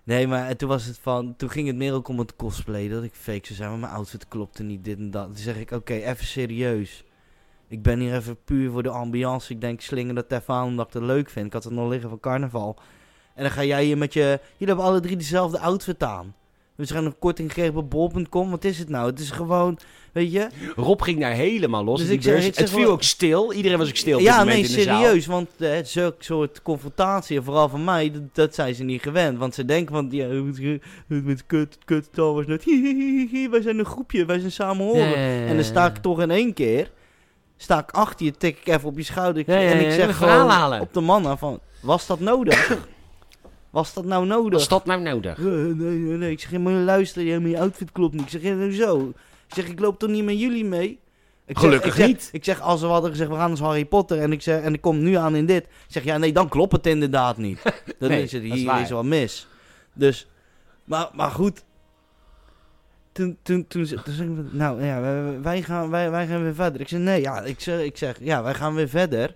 Speaker 2: Nee, maar en toen was het van, toen ging het meer ook om het cosplay, dat ik fake zou zijn, maar mijn outfit klopte niet, dit en dat. Toen zeg ik, oké, even serieus. Ik ben hier even puur voor de ambiance. Ik denk, slinger dat even aan omdat ik het leuk vind. Ik had het nog liggen van carnaval. En dan ga jij hier met je... Jullie hebben alle drie dezelfde outfit aan. We zijn een korting gekregen bij bol.com. Wat is het nou? Het is gewoon, weet je...
Speaker 1: Rob ging daar helemaal los.
Speaker 2: Dus
Speaker 1: in die
Speaker 2: ik zeg-
Speaker 1: beurs.
Speaker 2: ik zeg
Speaker 1: het viel
Speaker 2: wel-
Speaker 1: ook stil. Iedereen was ook stil. op dit
Speaker 2: Ja,
Speaker 1: moment
Speaker 2: nee,
Speaker 1: in de zaal.
Speaker 2: serieus. Want eh, zulke soort confrontatie, en vooral van mij, dat, dat zijn ze niet gewend. Want ze denken van, ja, met kut, kut, dat was net, hi, hi, hi, hi, wij zijn een groepje, wij zijn samen horen.
Speaker 1: Ja, ja, ja,
Speaker 2: En dan sta ik
Speaker 1: ja.
Speaker 2: toch in één keer, sta ik achter je, tik ik even op je schouder ik-
Speaker 1: Ja, ja,
Speaker 2: en
Speaker 1: ja,
Speaker 2: ik
Speaker 1: een
Speaker 2: zeg
Speaker 1: verhaal
Speaker 2: gewoon
Speaker 1: halen.
Speaker 2: op de man af van, was dat nodig? was dat nou nodig?
Speaker 1: Was dat nou nodig?
Speaker 2: Eh, nee, nee, nee, ik zeg, je moet luisteren, ja, maar je outfit klopt niet. Ik zeg, ja, hoezo? Ik zeg, ik loop toch niet met jullie mee? Ik zeg-
Speaker 1: Gelukkig
Speaker 2: ik zeg,
Speaker 1: niet.
Speaker 2: Ik zeg, als we hadden gezegd, we gaan als Harry Potter en ik, zeg, en ik kom nu aan in dit. Ik zeg, ja, nee, dan klopt het inderdaad niet. Dan
Speaker 1: Nee,
Speaker 2: is het
Speaker 1: dat is
Speaker 2: hier
Speaker 1: waar.
Speaker 2: is wat mis. Dus, maar, maar goed. Toen, toen, toen, ze- toen zei ik, nou ja, wij, wij gaan, wij, wij gaan weer verder. Ik zeg, nee, ja, ik zeg, ik zeg ja, wij gaan weer verder.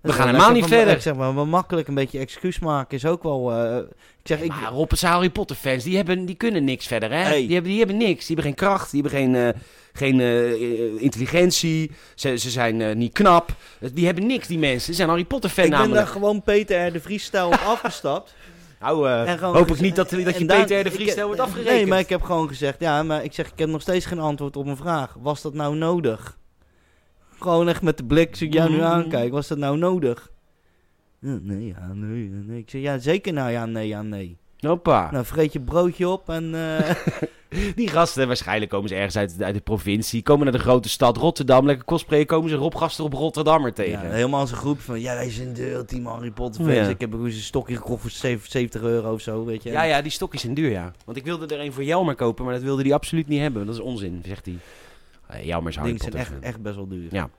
Speaker 1: We gaan
Speaker 2: Ik zeg,
Speaker 1: helemaal
Speaker 2: ik
Speaker 1: niet
Speaker 2: zeg,
Speaker 1: verder.
Speaker 2: Ik zeg, maar wel makkelijk een beetje excuus maken is ook wel... eh, ik zeg, ik,
Speaker 1: Maar Rob, het zijn Harry Potter fans. Die, hebben, die kunnen niks verder, hè?
Speaker 2: Hey.
Speaker 1: Die, hebben, die hebben niks. Die hebben geen kracht. Die hebben geen, eh, geen eh, intelligentie. Ze, ze zijn eh, niet knap. Die hebben niks, die mensen. Ze zijn Harry Potter fan
Speaker 2: Ik ben daar
Speaker 1: namelijk.
Speaker 2: gewoon Peter R. de Vriestijl op afgestapt.
Speaker 1: Nou, eh,
Speaker 2: En gewoon
Speaker 1: hoop ik
Speaker 2: geze-
Speaker 1: niet dat, dat
Speaker 2: en
Speaker 1: je
Speaker 2: daar-
Speaker 1: Peter R. de
Speaker 2: ik-
Speaker 1: Vriestel wordt
Speaker 2: eh,
Speaker 1: afgerekend.
Speaker 2: Nee, maar ik heb gewoon gezegd, ja, maar ik zeg, ik heb nog steeds geen antwoord op mijn vraag. Was dat nou nodig? Gewoon echt met de blik, zoals ik jou nu
Speaker 1: Mm.
Speaker 2: aankijk, was dat nou nodig? Ja, Nee, ja, nee, ja, nee. Ik zeg, ja, zeker nou, ja, nee, ja, nee.
Speaker 1: Hoppa.
Speaker 2: Nou, vreet je broodje op en... eh
Speaker 1: Die gasten, waarschijnlijk komen ze ergens uit, uit de provincie. Komen naar de grote stad Rotterdam. Lekker cosplayen. Komen ze Rob Gaster op Rotterdammer
Speaker 2: ja,
Speaker 1: tegen.
Speaker 2: helemaal als een groep van, ja, wij zijn de ultieme Harry Potter fans.
Speaker 1: Ja.
Speaker 2: Ik heb ook eens een stokje gekocht voor 7- 70 euro of zo, weet je.
Speaker 1: Ja, ja, die stokjes zijn duur, ja. Want ik wilde er een voor Jelmer kopen, maar dat wilde hij absoluut niet hebben. Dat is onzin, zegt hij. Eh, Jelmer is Harry
Speaker 2: Dingen zijn
Speaker 1: Potter
Speaker 2: echt,
Speaker 1: fan.
Speaker 2: echt best wel duur.
Speaker 1: Ja.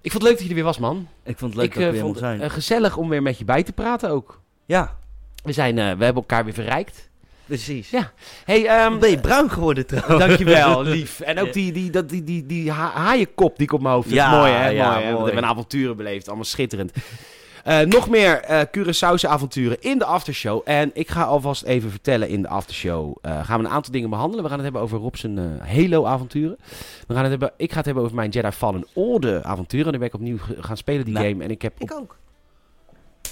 Speaker 1: Ik vond het leuk dat je er weer was, man.
Speaker 2: Ik vond het leuk
Speaker 1: ik
Speaker 2: dat
Speaker 1: eh,
Speaker 2: ik weer
Speaker 1: vond
Speaker 2: mocht zijn.
Speaker 1: eh, gezellig om weer met je bij te praten ook.
Speaker 2: ja.
Speaker 1: We, zijn, eh, we hebben elkaar weer verrijkt.
Speaker 4: Precies.
Speaker 1: Ja. Hey, ehm,
Speaker 4: Ben je bruin geworden trouwens?
Speaker 1: Dankjewel, lief. En ook die, die, dat- die, die, die ha- haaienkop die ik op mijn hoofd heb.
Speaker 4: Ja,
Speaker 1: mooi, hè?
Speaker 4: ja,
Speaker 1: mooi, hè? We
Speaker 4: mooi.
Speaker 1: hebben een avonturen beleefd. Allemaal schitterend. Eh, nog meer eh Curaçaose avonturen in de aftershow. En ik ga alvast even vertellen in de aftershow. eh, gaan we een aantal dingen behandelen. We gaan het hebben over Rob's eh, Halo-avonturen. We gaan het hebben, ik ga het hebben over mijn Jedi Fallen Order-avonturen. Dan ben ik opnieuw ge- gaan spelen die
Speaker 4: Nou,
Speaker 1: game. En ik heb... op-
Speaker 4: Ik ook.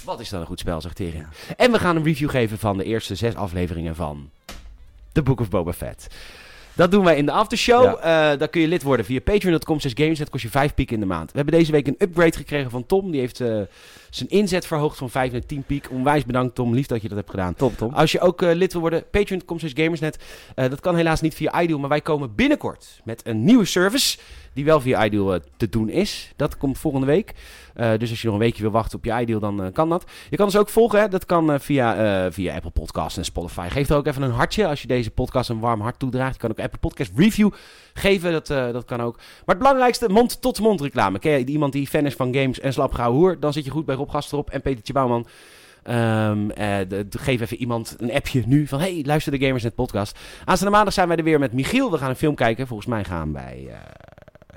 Speaker 1: Wat is dan een goed spel, zegt Tering. En we gaan een review geven van de eerste zes afleveringen van The Book of Boba Fett. Dat doen wij in de aftershow. Eh, daar kun je lid worden via patreon.com slash games. Dat kost je 5 piek in de maand. We hebben deze week een upgrade gekregen van Tom. Die heeft eh, zijn inzet verhoogd van 5 naar 10 piek. Onwijs bedankt Tom. Lief dat je dat hebt gedaan.
Speaker 4: Top, Tom.
Speaker 1: Als je ook eh, lid wil worden, patreon.com slash gamersnet. Eh, dat kan helaas niet via iDeal, maar wij komen binnenkort met een nieuwe service. Die wel via iDeal eh, te doen is. Dat komt volgende week. Eh, dus als je nog een weekje wil wachten op je iDeal, dan eh, kan dat. Je kan ons ook volgen. Hè? Dat kan eh, via, eh, via Apple Podcasts en Spotify. Geef er ook even een hartje als je deze podcast een warm hart toedraagt. Je kan ook Apple Podcast Review geven. Dat, eh, dat kan ook. Maar het belangrijkste, mond-tot-mond reclame. Ken je iemand die fan is van games en slapgauw hoer? Dan zit je goed bij Rob Gastrop en Petertje Bouwman. Ehm, eh, de- de- geef even iemand een appje nu van... hey, luister de Gamersnet podcast. Aanstaande maandag zijn wij er weer met Michiel. We gaan een film kijken. Volgens mij gaan wij eh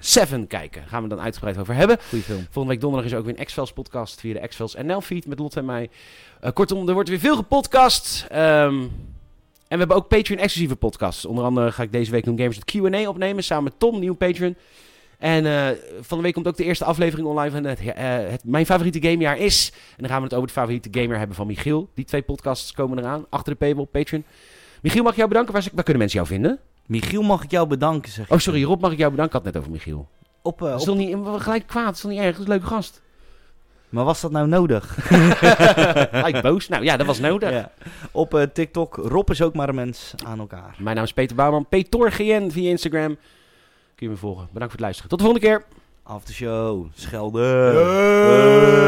Speaker 1: Seven kijken. Gaan we dan uitgebreid over hebben.
Speaker 4: Goeie film.
Speaker 1: Volgende week donderdag is er ook weer een X-Files podcast... via de X-Files NL feed met Lot en mij. Eh, kortom, er wordt weer veel gepodcast. Ehm, en we hebben ook Patreon-exclusieve podcasts. Onder andere ga ik deze week een Gamersnet Q&A opnemen... samen met Tom, nieuw Patreon. En eh, van de week komt ook de eerste aflevering online van het, eh, het Mijn Favoriete Gamejaar is... En dan gaan we het over de favoriete gamer hebben van Michiel. Die twee podcasts komen eraan. Achter de paywall, Patreon. Michiel, mag ik jou bedanken? Waar, waar kunnen mensen jou vinden?
Speaker 4: Michiel, mag ik jou bedanken, zeg.
Speaker 1: Oh, sorry, Rob, mag ik jou bedanken? Ik had het net over Michiel.
Speaker 4: Op, eh,
Speaker 1: Dat is
Speaker 4: op-
Speaker 1: toch niet, we waren gelijk kwaad, dat is toch niet erg? Dat is een leuke gast.
Speaker 4: Maar was dat nou nodig?
Speaker 1: Gelijk boos. Nou ja, dat was nodig.
Speaker 4: Ja. Op eh, TikTok, Rob is ook maar een mens aan elkaar.
Speaker 1: Mijn naam is Peter Bouwman. PetorGN via Instagram. Kun je me volgen. Bedankt voor het luisteren. Tot de volgende keer.
Speaker 4: After show, schelden.
Speaker 1: Hey.